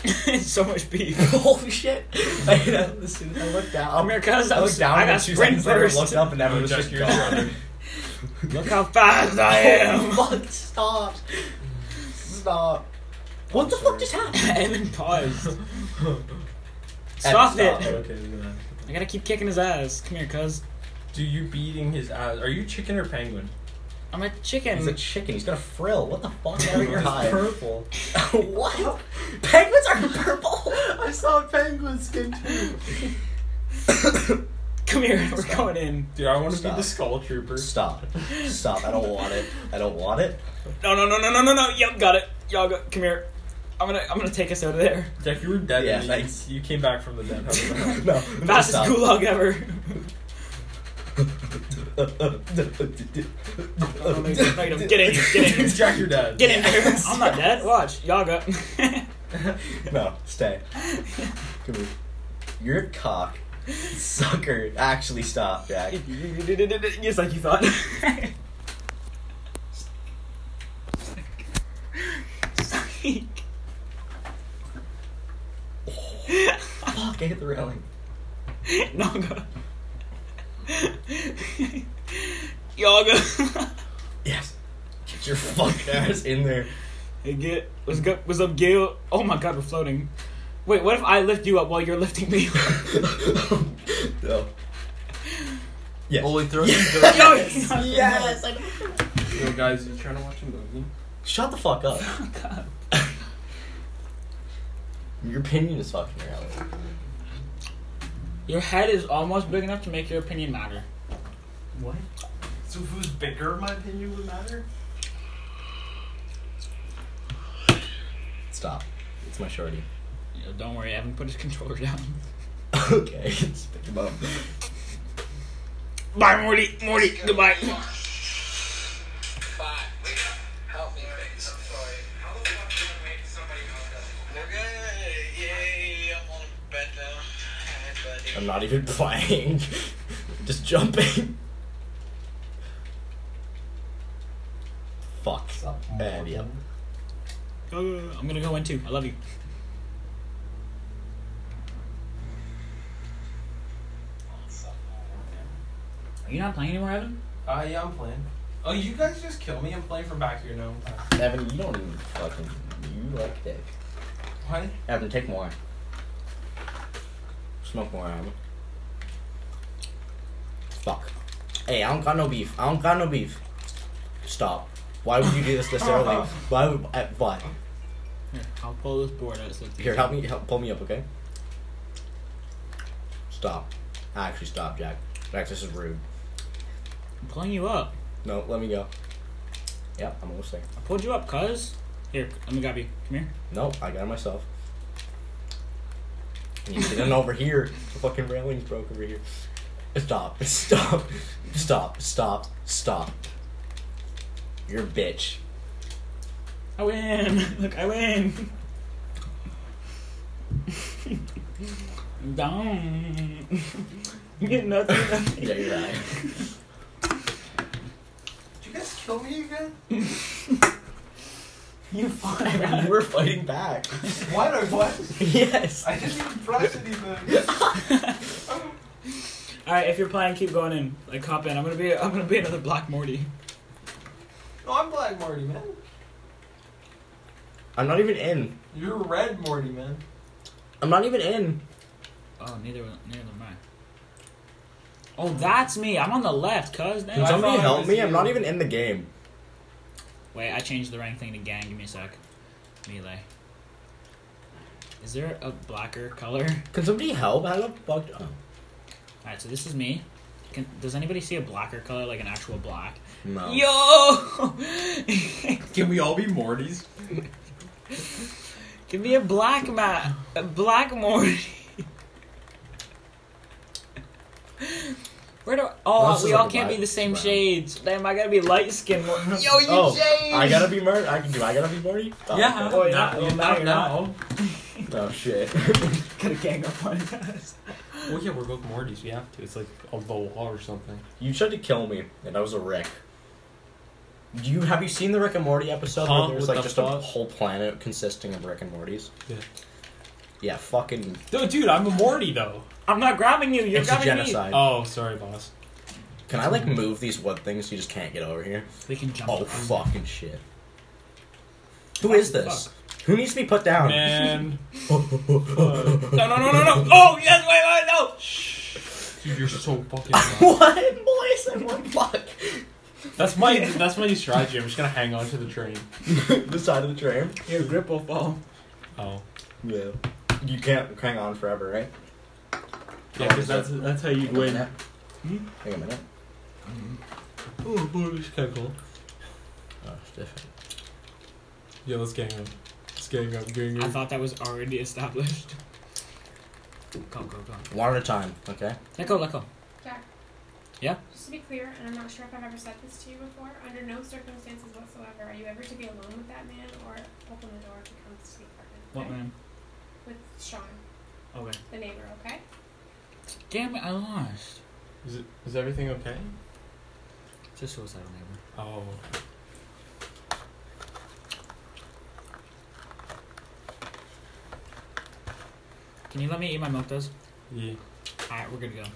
S1: it's so much beef.
S3: Holy shit! I, know, as soon as I looked down.
S1: Come here, cuz. I,
S3: I
S1: was
S3: looked down
S1: I
S3: and
S1: got
S3: two
S1: sprint
S3: seconds later
S1: first.
S3: looked up and Evan was just gone.
S1: Look how fast I am.
S3: fuck, stop. Stop. What the fuck just happened?
S1: Evan paused. Stop
S3: Evan,
S1: it.
S2: Okay, we're gonna have
S1: I gotta keep kicking his ass. Come here, cuz.
S2: to- Dude, you beating his ass. Are you chicken or penguin?
S1: I'm a chicken.
S3: He's a chicken. He's got a frill. What the fuck? Out of your
S2: It's
S3: hide.
S2: purple.
S3: what? Penguins are purple.
S8: I saw a penguin skin too.
S1: Come here, we're going in.
S2: Dude, I want to be
S3: Stop.
S2: the skull trooper.
S3: Stop. Stop. I don't want it. I don't want it.
S1: No, no, no, no, no, no, no. Yep, got it. Y'all go. Come here. I'm gonna, I'm gonna take us out of there.
S2: Jack, you were dead.
S3: Yeah,
S2: and you-
S3: thanks.
S2: You, came back from the dead. How about that?
S3: No.
S1: Fastest gulag ever. No, no, no, no, Get in, get in,
S2: Jack, you're dead.
S1: get in there. I'm not dead. Watch, y'all go.
S3: No, stay. Come here. You're a cock. Sucker. Actually, stop, Jack.
S1: Just like you thought. Psych.
S3: Fuck, I hit the railing.
S1: Naga. Yaga.
S3: Yes. Get your fucking ass in there.
S1: hey, get. What's up, what's up, Gail? Oh my god, we're floating. Wait, what if I lift you up while you're lifting me?
S3: no. Yes.
S9: Oh, he throws
S1: Yo,
S3: yes.
S2: Yo, guys, you trying to watch a movie?
S3: Shut the fuck up.
S1: God.
S3: Your opinion is fucking irrelevant.
S1: Your head is almost big enough to make your opinion matter.
S2: So if it was bigger, my opinion would matter.
S3: Stop. It's my shorty.
S1: Yo, don't worry, I haven't put his controller down.
S3: Okay. Let's pick him up.
S1: Bye, Morty. Morty, goodbye.
S7: Bye. Help me, please. I'm sorry. How the fuck do you make somebody else? Okay, yay, I'm on bed now. Hi, buddy.
S3: I'm not even playing. Just jumping. Fuck. Stop. And yep.
S1: I'm gonna go in too. I love you. Are you not playing anymore, Evan?
S2: Uh, yeah, I'm playing. Oh, you guys just kill me. I'm playing from back here now.
S3: Evan, you don't even fucking. You like dick.
S2: What?
S3: Evan, take more. Smoke more, Evan. Fuck. Hey, I don't got no beef. I don't got no beef. Stop. Why would you do this this early? Why would uh, why?
S1: Here, I'll pull this board out. So
S3: Here, help me. Help pull me up, okay? Stop. Actually, stop, Jack. Jack, this is rude.
S1: I'm pulling you up.
S3: No, let me go. Yep, I'm almost there.
S1: I pulled you up, cuz. Here, let me grab you. Come here.
S3: No, I got it myself. And you get in over here. The fucking railing's broke over here. Stop. Stop. Stop. Stop. Stop. You're a bitch.
S1: I win. Look, I win. Down. you get nothing.
S3: Yeah, you're right.
S2: Did you guys kill me again?
S3: You fought back. You were fighting back.
S10: What or what? I
S3: yes.
S10: didn't even press anything.
S1: All right, if you're playing, keep going in. Like hop in. I'm gonna be. I'm gonna be another Black Morty.
S10: No, I'm Black Morty, man.
S3: I'm not even in.
S10: You're Red Morty, man.
S3: I'm not even in.
S1: Oh, neither will- neither am I. Oh, that's me. I'm on the left, cuz.
S3: Can
S10: I
S1: damn.
S3: somebody
S10: thought it
S3: help
S10: was
S3: me?
S10: you.
S3: I'm not even in the game.
S1: Wait, I changed the rank thing to gang. Give me a sec. Melee. Is there a blacker color?
S3: Can somebody help? How the fuck? Oh.
S1: All right, so this is me. Can, does anybody see a blacker color, like an actual black?
S3: No. Oh.
S1: Yo!
S2: Can we all be Mortys?
S1: Give me a black mat, a black Morty. Where do?
S3: Well,
S1: Oh,
S3: this
S1: we
S3: is
S1: all
S3: like a
S1: can't be
S3: black
S1: the same
S3: brown.
S1: shades. Damn, I gotta be light skinned. Yo, you
S3: Oh,
S1: changed.
S3: I gotta be Murray. I can do. I gotta be Murray. Oh,
S2: Yeah,
S1: Oh, yeah.
S2: not,
S1: Well,
S2: not
S1: now you're
S2: now.
S3: okay. Oh shit.
S1: gotta gang up on us.
S2: Well, yeah, we're both Mortys. We have to. It's like Aloha or something.
S3: you tried to kill me, and I was a Rick. Do you have you seen the Rick and Morty episode
S2: Huh?
S3: where there's
S2: What
S3: like
S2: the
S3: just a
S2: fuck?
S3: whole planet consisting of Rick and Mortys?
S2: Yeah.
S3: Yeah. Fucking.
S2: No, dude, I'm a Morty though.
S1: I'm not grabbing you. You're
S3: it's a
S1: grabbing
S3: genocide.
S2: Oh, sorry, boss.
S3: Can I like move these wood things? You just can't get over here.
S1: me. We can jump.
S3: Oh
S1: over.
S3: fucking shit. Who is this? Who needs to be put down?
S2: Man,
S1: No, no, no, no, no. Oh yes, wait, wait, no.
S2: dude, you're so fucking. loud.
S3: What boys? I'm like fuck.
S2: that's my that's my strategy. I'm just gonna hang on to the train.
S3: the side of the tram.
S1: Your grip will fall.
S2: Oh,
S3: Yeah. You can't hang on forever, right?
S2: yeah, because that's that's how you
S3: Hang a
S2: win.
S3: minute. Hmm? Hang a minute.
S2: Oh, Morty's cackle.
S3: Oh, it's different.
S2: Yeah, let's gang up. Let's gang up, gang
S1: I
S2: up.
S1: thought that was already established. Go, go, go.
S3: One at a time, okay?
S1: Let go, let go.
S6: Jack.
S1: Yeah?
S6: Just to be clear, and I'm not sure if I've ever said this to you before, under no circumstances whatsoever are you ever to be alone with that man or open the door if he comes to the apartment.
S1: What
S6: okay?
S1: man?
S6: With Sean,
S1: Okay.
S6: the neighbor, okay?
S1: Damn it, I lost.
S2: Is, it, is everything okay?
S1: It's a suicidal neighbor.
S2: Oh,
S1: Can you let me eat my milk, does?
S2: yeah.
S1: Alright, we're good to go.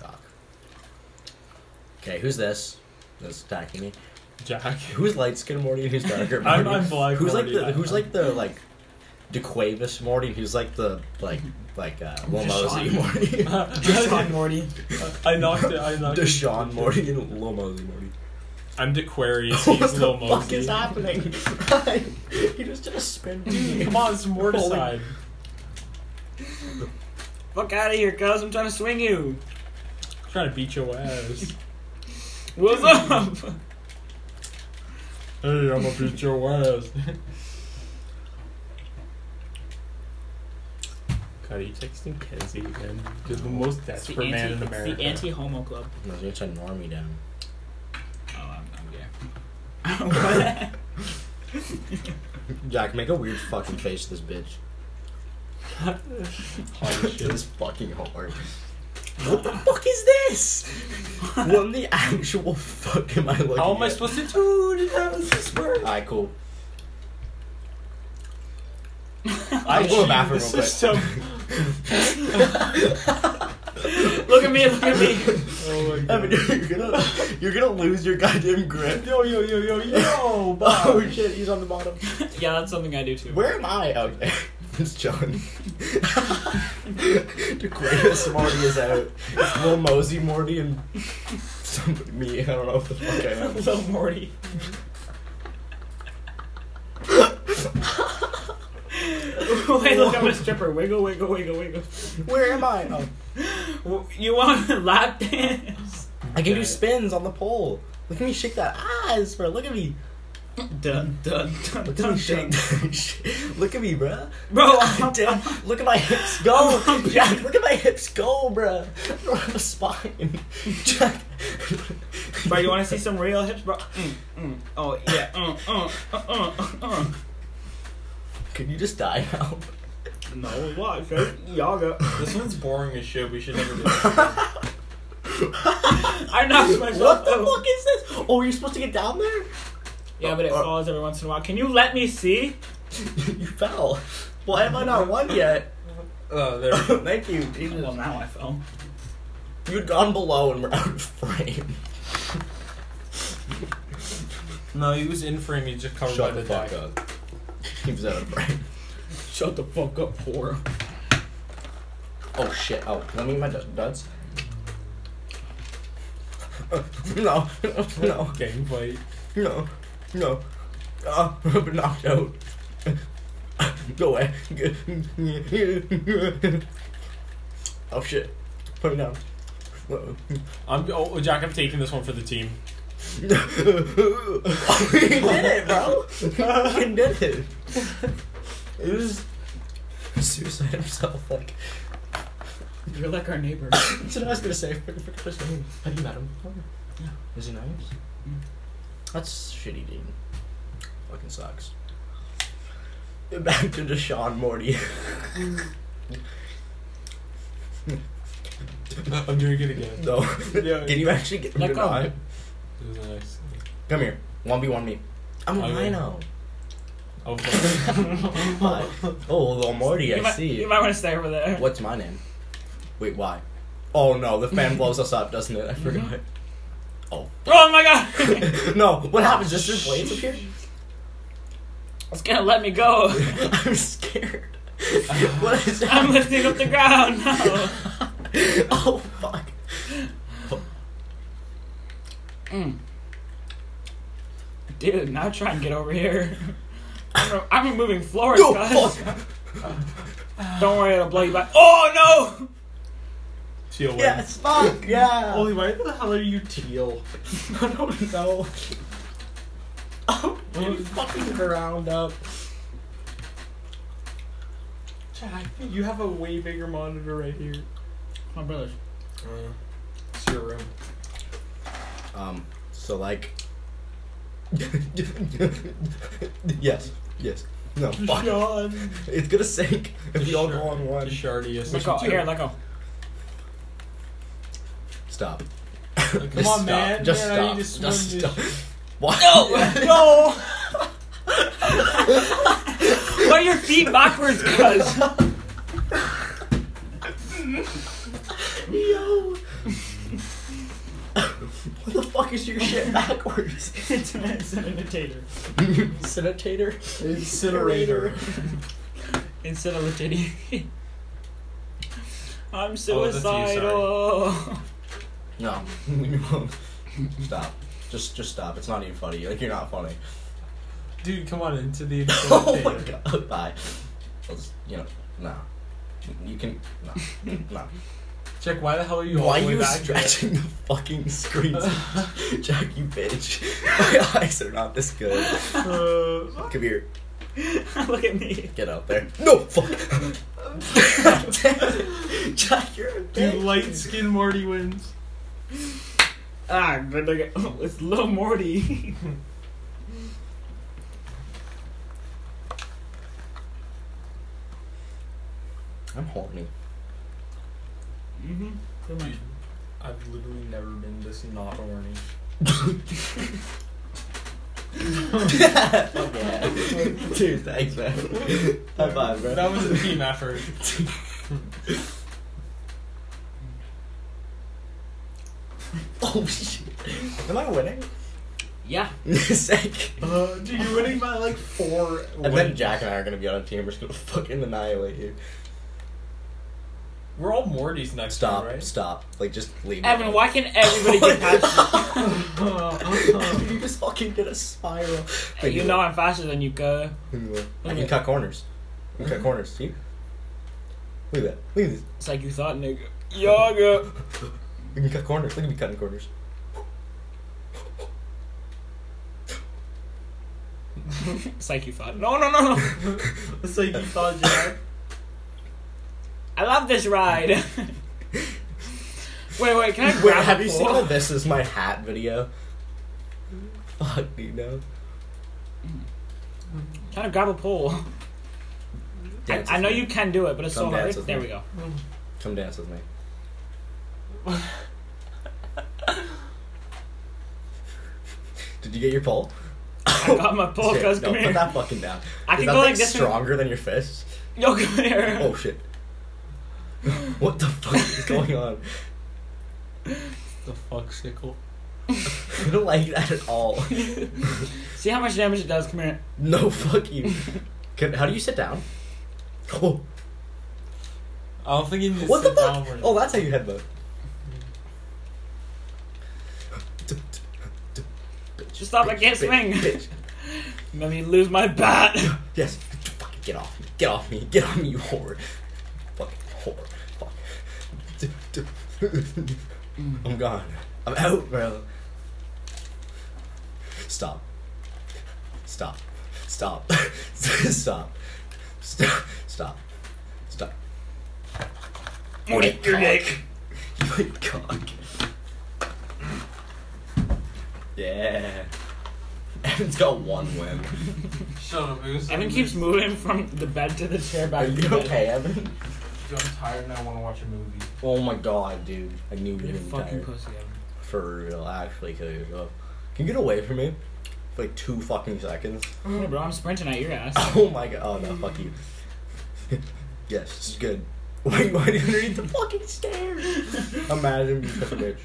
S3: Cock. Okay, who's this? That's attacking me.
S2: Jack.
S3: Who's light skinned Morty and who's darker Morty?
S2: I'm, I'm black.
S3: who's
S2: Morty.
S3: like the
S2: I-
S3: who's
S2: I'm-
S3: like the like DeQuavis Morty and who's like the like like uh Will
S1: Deshaun.
S3: Mosley Morty?
S2: I,
S1: Morty.
S2: knocked it. I knocked
S3: Deshaun
S2: it.
S3: Morty and Will Mosley Morty.
S2: I'm Dequarius.
S3: What
S2: He's
S3: the
S2: Lil
S3: fuck
S2: Mosey.
S3: is happening? he just did a spin.
S2: Dude, come on, it's Mortiside.
S1: Fuck out of here, cuz. I'm trying to swing you.
S2: I'm trying to beat your ass.
S1: What's up?
S2: Hey, I'm gonna beat your ass. God, are you texting Kenzie again? Dude, the most
S1: It's the
S2: desperate man in
S1: anti-
S2: America.
S1: It's the anti homo club.
S3: No, you turn Normie down.
S1: Oh, I'm, I'm gay.
S3: Jack, make a weird fucking face to this bitch.
S2: Holy shit.
S3: It is fucking hard. What the fuck is this? what in the actual fuck am I looking
S2: How am I
S3: at?
S2: supposed to do? How does this work?
S3: Alright, cool.
S2: I
S3: I'm going to the
S2: cheated
S3: bathroom
S2: the
S3: real quick.
S2: system.
S1: look at me, look at me.
S2: Oh my
S3: Evan,
S2: god.
S3: you're gonna you're gonna lose your goddamn grip.
S2: Yo, yo, yo, yo, yo,
S3: Oh
S2: Bob.
S3: shit, he's on the bottom.
S1: Yeah, that's something I do too.
S3: Where am I? Okay. It's John. the greatest Morty is out. It's Lil Mosey Morty and somebody me. I don't know what the fuck I am.
S1: Lil Morty. Wait, look, I'm a stripper. Wiggle, wiggle, wiggle, wiggle.
S3: Where am I? Oh.
S1: W- You want a lap dance?
S3: I can do spins on the pole. Look at me shake that ass, bro. Look at me.
S1: Dun, dun, dun,
S3: Look at
S1: dun,
S3: me
S1: dun.
S3: shake. that- look at me, bro.
S1: Bro, I'm
S3: Damn, look at my hips go. Jack, look at my hips go, bro. I don't have a spine. Jack.
S1: Bro, you want to see some real hips, bro? Mm, mm. Oh yeah. Mm, mm, uh, uh, uh.
S3: Can you just die now?
S1: No, watch, right? Yaga.
S2: This one's boring as shit. We should never do it.
S1: I knocked myself
S3: What the
S1: out.
S3: Oh, fuck is this? Oh, you're supposed to get down there?
S1: Yeah, but it
S3: Oh.
S1: falls every once in a while. Can you let me see?
S3: you fell. Why am I not one yet?
S2: Uh, there. we go.
S3: Thank you.
S1: Well,
S3: Jesus.
S1: now I fell.
S3: You'd gone below and were out of frame.
S2: No, he was in frame. He was just covered by the deck.
S3: up. He was out of frame.
S1: Shut the fuck up, whore.
S3: Oh shit. Oh, let me eat my du- duds. No, no,
S2: Gang fight.
S3: no, no. Uh, I'm knocked out. Go away. Oh shit. Put me down. Uh-oh.
S2: I'm. Oh, Jack. I'm taking this one for the team.
S3: we did it, bro. We fucking did it. It was suicide himself. Like,
S1: You're like our neighbor.
S3: that's what I was gonna say. For, for Christmas. Have you met him before?
S1: Yeah. Mm.
S3: Is he nice? That's shitty, dude. Fucking sucks. Back to Deshaun Morty.
S2: I'm doing it again.
S3: No.
S2: Yeah.
S3: Can you actually get him
S1: Let
S3: to
S1: go.
S3: not?
S2: It was nice.
S3: Come here. One v one me. I'm a
S2: I will.
S3: rhino.
S2: Oh, fuck.
S3: Oh, little Morty,
S1: you
S3: I
S1: might,
S3: see.
S1: You might want to stay over there.
S3: What's my name? Wait, why? Oh no, the fan blows us up, doesn't it? I forgot.
S1: Oh my god!
S3: no, what happens? Just your blades appear?
S1: it's gonna let me go.
S3: I'm scared. what is
S1: I'm
S3: happening?
S1: lifting up the ground now.
S3: oh fuck.
S1: Mm. Dude, now try and get over here. I'm, re- I'm removing floors,
S3: Go
S1: guys.
S3: fuck.
S1: Don't worry, it'll blow you back. Oh no!
S2: Teal wins.
S3: Yes, fuck. Yeah.
S2: Holy, why the hell are you teal?
S3: I don't know. I'm getting fucking ground up.
S2: Jack, you have a way bigger monitor right here.
S1: My brother's.
S2: Uh, It's your room.
S3: Um. So like. yes. Yes. No. Fuck.
S2: Deshaun.
S3: It's gonna sink if we all go on one.
S2: Deshardius.
S1: Let go. Here, let go.
S3: Stop.
S2: Come
S3: Just
S2: on,
S3: stop.
S2: man.
S3: Just
S2: man,
S3: stop.
S2: I need to swim
S3: Just
S2: this
S3: stop.
S2: shit.
S3: Why?
S1: No! Put your feet backwards, cuz.
S3: Yo. what the fuck is your shit backwards?
S1: it's an incinerator.
S3: Senator.
S11: Incinerator.
S1: Incinerator. I'm
S2: Oh, that's you, sorry.
S1: suicidal.
S3: No. Leave me alone. Stop. Just, just stop. It's not even funny. Like you're not funny.
S2: Dude, come on into the
S3: oh my
S2: incinerator.
S3: god. Bye. Let's- you know, no. You can no, no.
S2: Jack, why the hell are you all
S3: Why
S2: the way
S3: you
S2: back
S3: stretching the fucking screen, Jack? You bitch. My eyes are not this good.
S2: there? Uh,
S3: Come here.
S1: Look at me.
S3: Get out there. No, fuck. Jack, you're a
S2: dude,
S3: bitch.
S2: light skin Morty wins.
S1: Ah, good look at. Oh, it's Lil Morty.
S3: I'm horny.
S1: mm-hmm.
S2: Oh I've literally never been this not horny.
S3: Dude, thanks, man. High five, bro.
S2: That was a team effort.
S3: oh, shit. Am I winning?
S1: Yeah.
S3: Sick.
S2: Uh, dude, you're winning by like four.
S3: And then
S2: wins.
S3: Jack and I are gonna be on a team. We're just gonna fucking annihilate you.
S2: We're all Mortys next
S3: Stop,
S2: time, right?
S3: stop. Like, just leave. me
S1: Evan,
S3: alone.
S1: why can everybody get past
S3: you just fucking did a spiral.
S1: you? You know I'm faster than you, go.
S3: I can cut corners. I can cut corners. See? Look at that. Look at this.
S1: It's like you thought, nigga. Yaga.
S3: We can cut corners. Look at me cutting corners.
S1: It's like you thought. No, no, no, no.
S2: It's like you thought Jack.
S1: I love this ride. wait, wait, can I grab
S3: Wait,
S1: a
S3: have you seen
S1: pole?
S3: all this is my hat video? Fuck, Nino.
S1: Trying to grab a pole. I,
S3: Dance
S1: I
S3: with
S1: know
S3: me.
S1: you can do it, but it's
S3: Come
S1: so hard.
S3: dance with
S1: There
S3: me.
S1: we go.
S3: Come dance with me. Did you get your pole?
S1: I got my pole,
S3: Shit,
S1: cuz
S3: no,
S1: come
S3: put
S1: here.
S3: that fucking down.
S1: I
S3: Is
S1: can
S3: that
S1: go
S3: thing
S1: like this and-
S3: stronger than your fist?
S1: Yo, come here.
S3: Oh shit. what the fuck is going on?
S2: The fuck sickle.
S3: I don't like that at all.
S1: See how much damage it does. Come here.
S3: No, fuck you. Can, how do you sit down? Oh,
S2: I don't think you need to
S3: what the
S2: sit
S3: fuck?
S2: down.
S3: Oh, that's how you headbutt.
S1: Just stop. I can't
S3: Bitch,
S1: swing.
S3: Bitch.
S1: Let me lose my bat.
S3: Yes. Fucking get off me. Get off me. Get off me, you whore. Fucking whore. Fuck. I'm gone. I'm out, bro. Stop. Stop. Stop. Stop. Stop. Stop. Stop.
S1: What
S3: You
S1: your
S3: cock.
S1: dick?
S3: You cock. Yeah. Evan's got one win.
S2: Shut up, Moose.
S1: Evan keeps moving from the bed to the chair
S3: Are
S1: back. to
S3: you
S1: the bed.
S3: okay, Evan?
S2: I'm tired and I want to watch a movie.
S3: Oh my god, dude. I knew
S1: You're
S3: you were
S1: a
S3: gonna be
S1: fucking
S3: tired.
S1: pussy, Evan.
S3: For real, actually, kill yourself. Can you get away from me? For like two fucking seconds.
S1: Yeah, bro, I'm sprinting at your ass.
S3: Oh my god. Oh no, fuck you. yes, this is good. Wait, why are you underneath the fucking stairs? Imagine being such a bitch.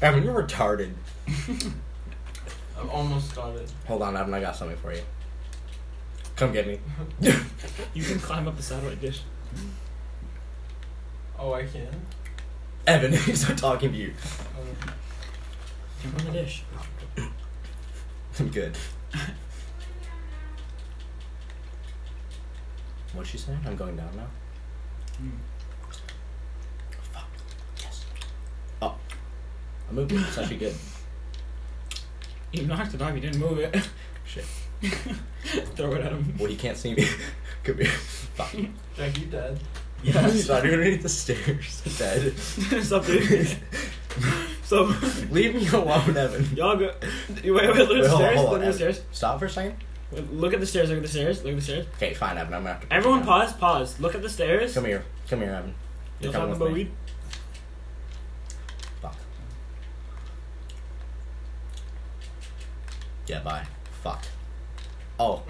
S3: Evan, you're retarded.
S2: I've almost got it.
S3: Hold on, Evan, I got something for you. Come get me.
S1: You can climb up the satellite dish.
S2: Oh, I can.
S3: Evan, he's not talking to you.
S2: Oh.
S1: Jump on the dish.
S3: I'm good. What'd she say? I'm going down now.
S1: Hmm.
S3: Fuck. Yes. Oh. I moved it. It's actually good.
S1: You knocked it off. You didn't move it.
S3: Shit.
S1: Throw it at him.
S3: Well, he can't see me. Come here. Fuck.
S2: Jack, you dead?
S3: Yes. I'm underneath the stairs. Dead.
S1: Stop doing it. So,
S3: Leave me alone, Evan.
S1: y'all go. Wait, wait, look at
S3: Wait,
S1: the
S3: hold on,
S1: stairs.
S3: hold on,
S1: Look at the
S3: Evan.
S1: stairs.
S3: Stop for a second.
S1: Wait, Look at the stairs. Look at the stairs. Look at the stairs.
S3: Okay, fine, Evan. I'm gonna have to.
S1: Everyone, pause. Pause. Look at the stairs.
S3: Come here. Come here, Evan.
S1: You're talking
S3: coming with
S1: about
S3: me.
S1: weed.
S3: Fuck. Yeah, bye. Fuck. Oh.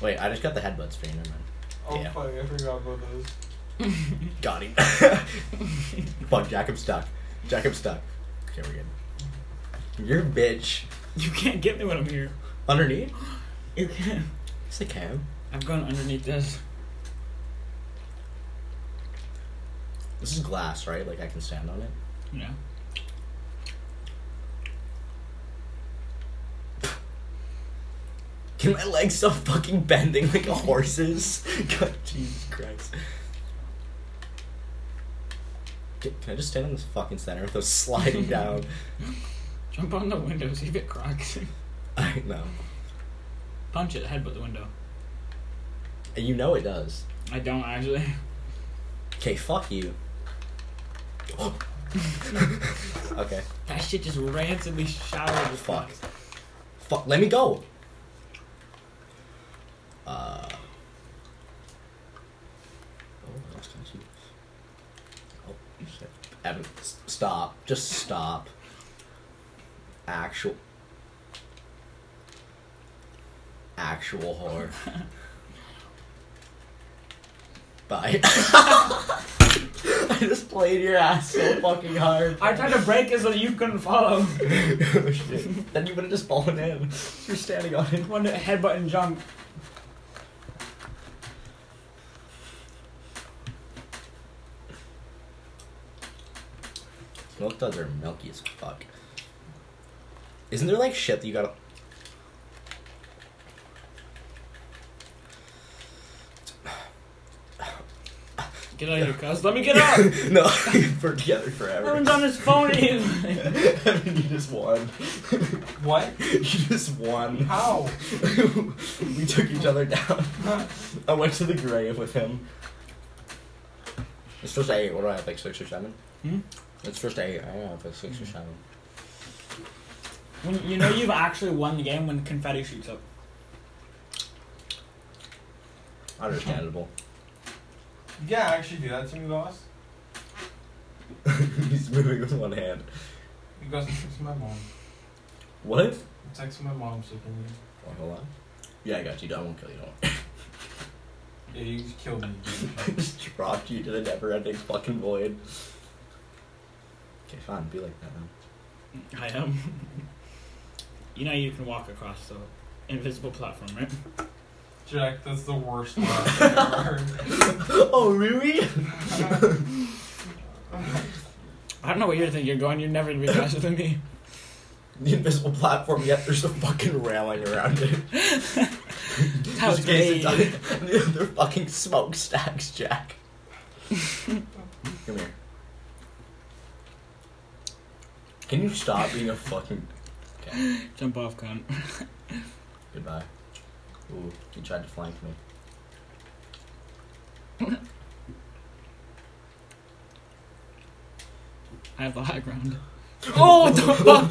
S3: Wait, I just got the headbutts for you, never mind.
S2: Oh,
S3: Yeah.
S2: fuck, I forgot about those.
S3: Got him. Fuck, Jacob stuck. Jacob stuck. Okay, we're good. You're a bitch.
S1: You can't get me when I'm here.
S3: Underneath?
S1: You can't.
S3: Yes, I can.
S1: I've gone underneath this.
S3: This is glass, right? Like, I can stand on it.
S1: You know.
S3: Can my legs stop fucking bending like a horse's? God, Jesus Christ. Can can I just stand in this fucking center without sliding down?
S1: Jump on the window. See if it cracks.
S3: I know.
S1: Punch it. Headbutt the window.
S3: And you know it does.
S1: I don't actually.
S3: Okay, fuck you. okay.
S1: That shit just rancidly showered with
S3: Fuck.
S1: nuts.
S3: Fuck, let me go. Uh. Oh, I lost my shoes. Oh, shit. Evan, s- stop. Just stop. Actual. Actual horror. Bye. I just played your ass so fucking hard.
S1: I tried to break it so that you couldn't follow.
S3: Oh, shit. then you would have just fallen in. You're standing on it.
S1: One headbutt and jump.
S3: Milk duds are milky as fuck. Isn't there like shit that you gotta.
S1: Get out of here, cuz. Let me get up.
S3: no, we're together forever.
S1: Everyone's on his phone. at you.
S3: you just won.
S2: What?
S3: You just won.
S2: How?
S3: we took each other down. I went to the grave with him. It's first eight. What do I have? Like six or seven?
S1: Hmm?
S3: It's first eight. I have like six or seven.
S1: When you know you've actually won the game when confetti shoots up.
S3: Understandable.
S2: Yeah, actually do that to me, boss.
S3: He's moving with one hand.
S2: You guys fix my mom.
S3: What?
S2: I'm texting my mom so can
S3: Oh, hold on. Yeah, I got you. I won't kill you. Don't.
S2: you. Yeah, you just killed me.
S3: I just dropped you to the never-ending fucking void. Okay, fine. Be like that now.
S1: I am. you know you can walk across the invisible platform, right?
S2: Jack, that's the worst laugh I've ever heard.
S3: oh, really?
S1: I don't know where you're thinking you're going. You're never gonna be faster than me.
S3: The invisible platform. Yet there's a fucking railing around it.
S1: That was
S3: Just in case it
S1: me.
S3: doesn't- and the other fucking smokestacks, Jack. Come here. Can you stop being a fucking okay?
S1: Jump off, cunt.
S3: Goodbye. Ooh, you tried to flank me.
S1: I have the high ground.
S3: Oh,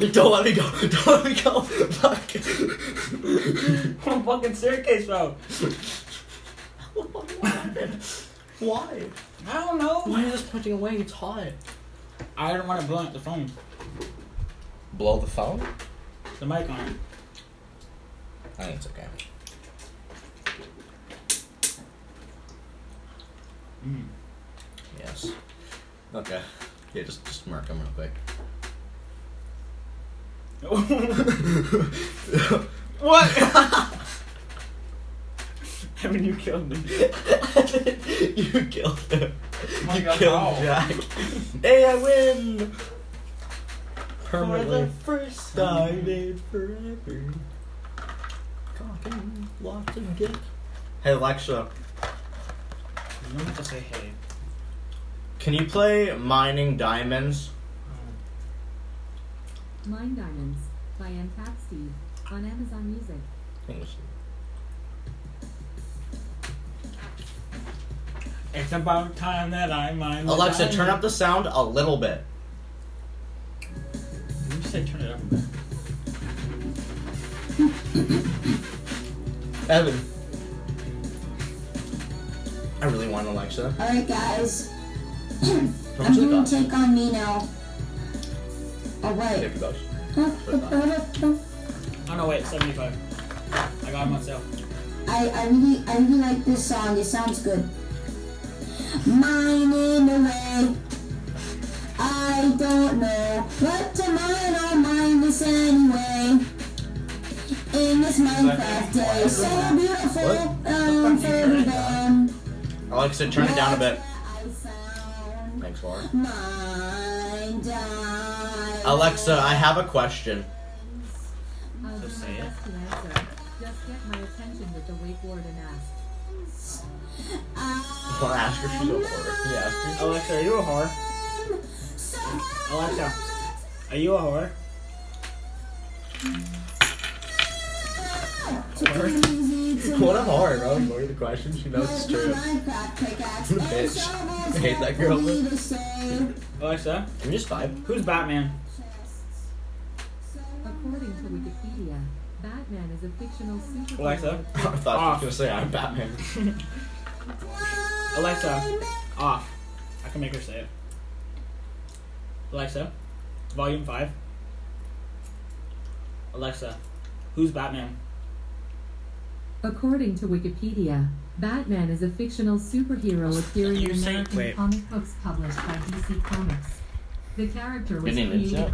S3: don't, don't let me go! Don't let me go! Fuck!
S1: fucking staircase, bro.
S3: what happened? Why?
S1: I don't know.
S3: Why are you just punching away? It's hot.
S1: I didn't want to blow up the phone.
S3: Blow the phone?
S1: The mic on. it.
S3: I think it's okay. Hmm.
S1: Mm.
S3: Yes. Okay. Yeah, just just mark him real quick.
S1: What? Haven't you killed me?
S3: you killed him.
S2: Oh my
S3: you
S2: God,
S3: killed
S2: how?
S3: Jack. hey, I win! For
S1: Permanently.
S3: the first time in forever. Cocking lots of dick. Hey, Alexa,
S1: You don't have to say hey.
S3: can you play Mining Diamonds?
S5: Mine Diamonds by M. Tap Steve on Amazon Music.
S3: English.
S1: It's about time that I mind.
S3: Alexa, turn up the sound a little bit.
S1: You said turn it up.
S3: Evan. I really want Alexa.
S12: Alright, guys.
S3: How much
S12: I'm
S3: it
S12: gonna
S3: cost?
S12: take on me now. Alright.
S3: Fifty bucks.
S1: Oh no, wait, 75. I got it myself.
S12: I, I really I really like this song. It sounds good. Mining away. I don't know what to mine or mine this anyway. In this Minecraft day, so beautiful and for everyone.
S3: Alexa, turn it down a bit.
S12: I found
S3: Thanks, Laura.
S12: mine diamond.
S3: Alexa, I have a question.
S5: So
S1: say it.
S5: Just get my attention with the wakeboard and ask.
S12: I
S3: Well, ask her if she's a whore. Yeah, ask her.
S1: Alexa, are you a whore? Alexa, are you a whore?
S3: What a hard, bro. Ignore the question. She knows it's true. Bitch. I hate that girl.
S1: Alexa,
S3: Can you just vibe?
S1: who's Batman?
S5: According to Wikipedia, Batman is a fictional superhero.
S1: Alexa,
S3: I thought she was gonna say I'm Batman.
S1: Alexa, off. I can make her say it. Alexa, volume 5. Alexa, who's Batman?
S5: According to Wikipedia, Batman is a fictional superhero appearing
S1: You
S5: in
S1: say-
S5: American
S1: wait.
S5: comic books published by DC Comics. The character was
S3: Didn't even
S5: created
S3: show.
S5: by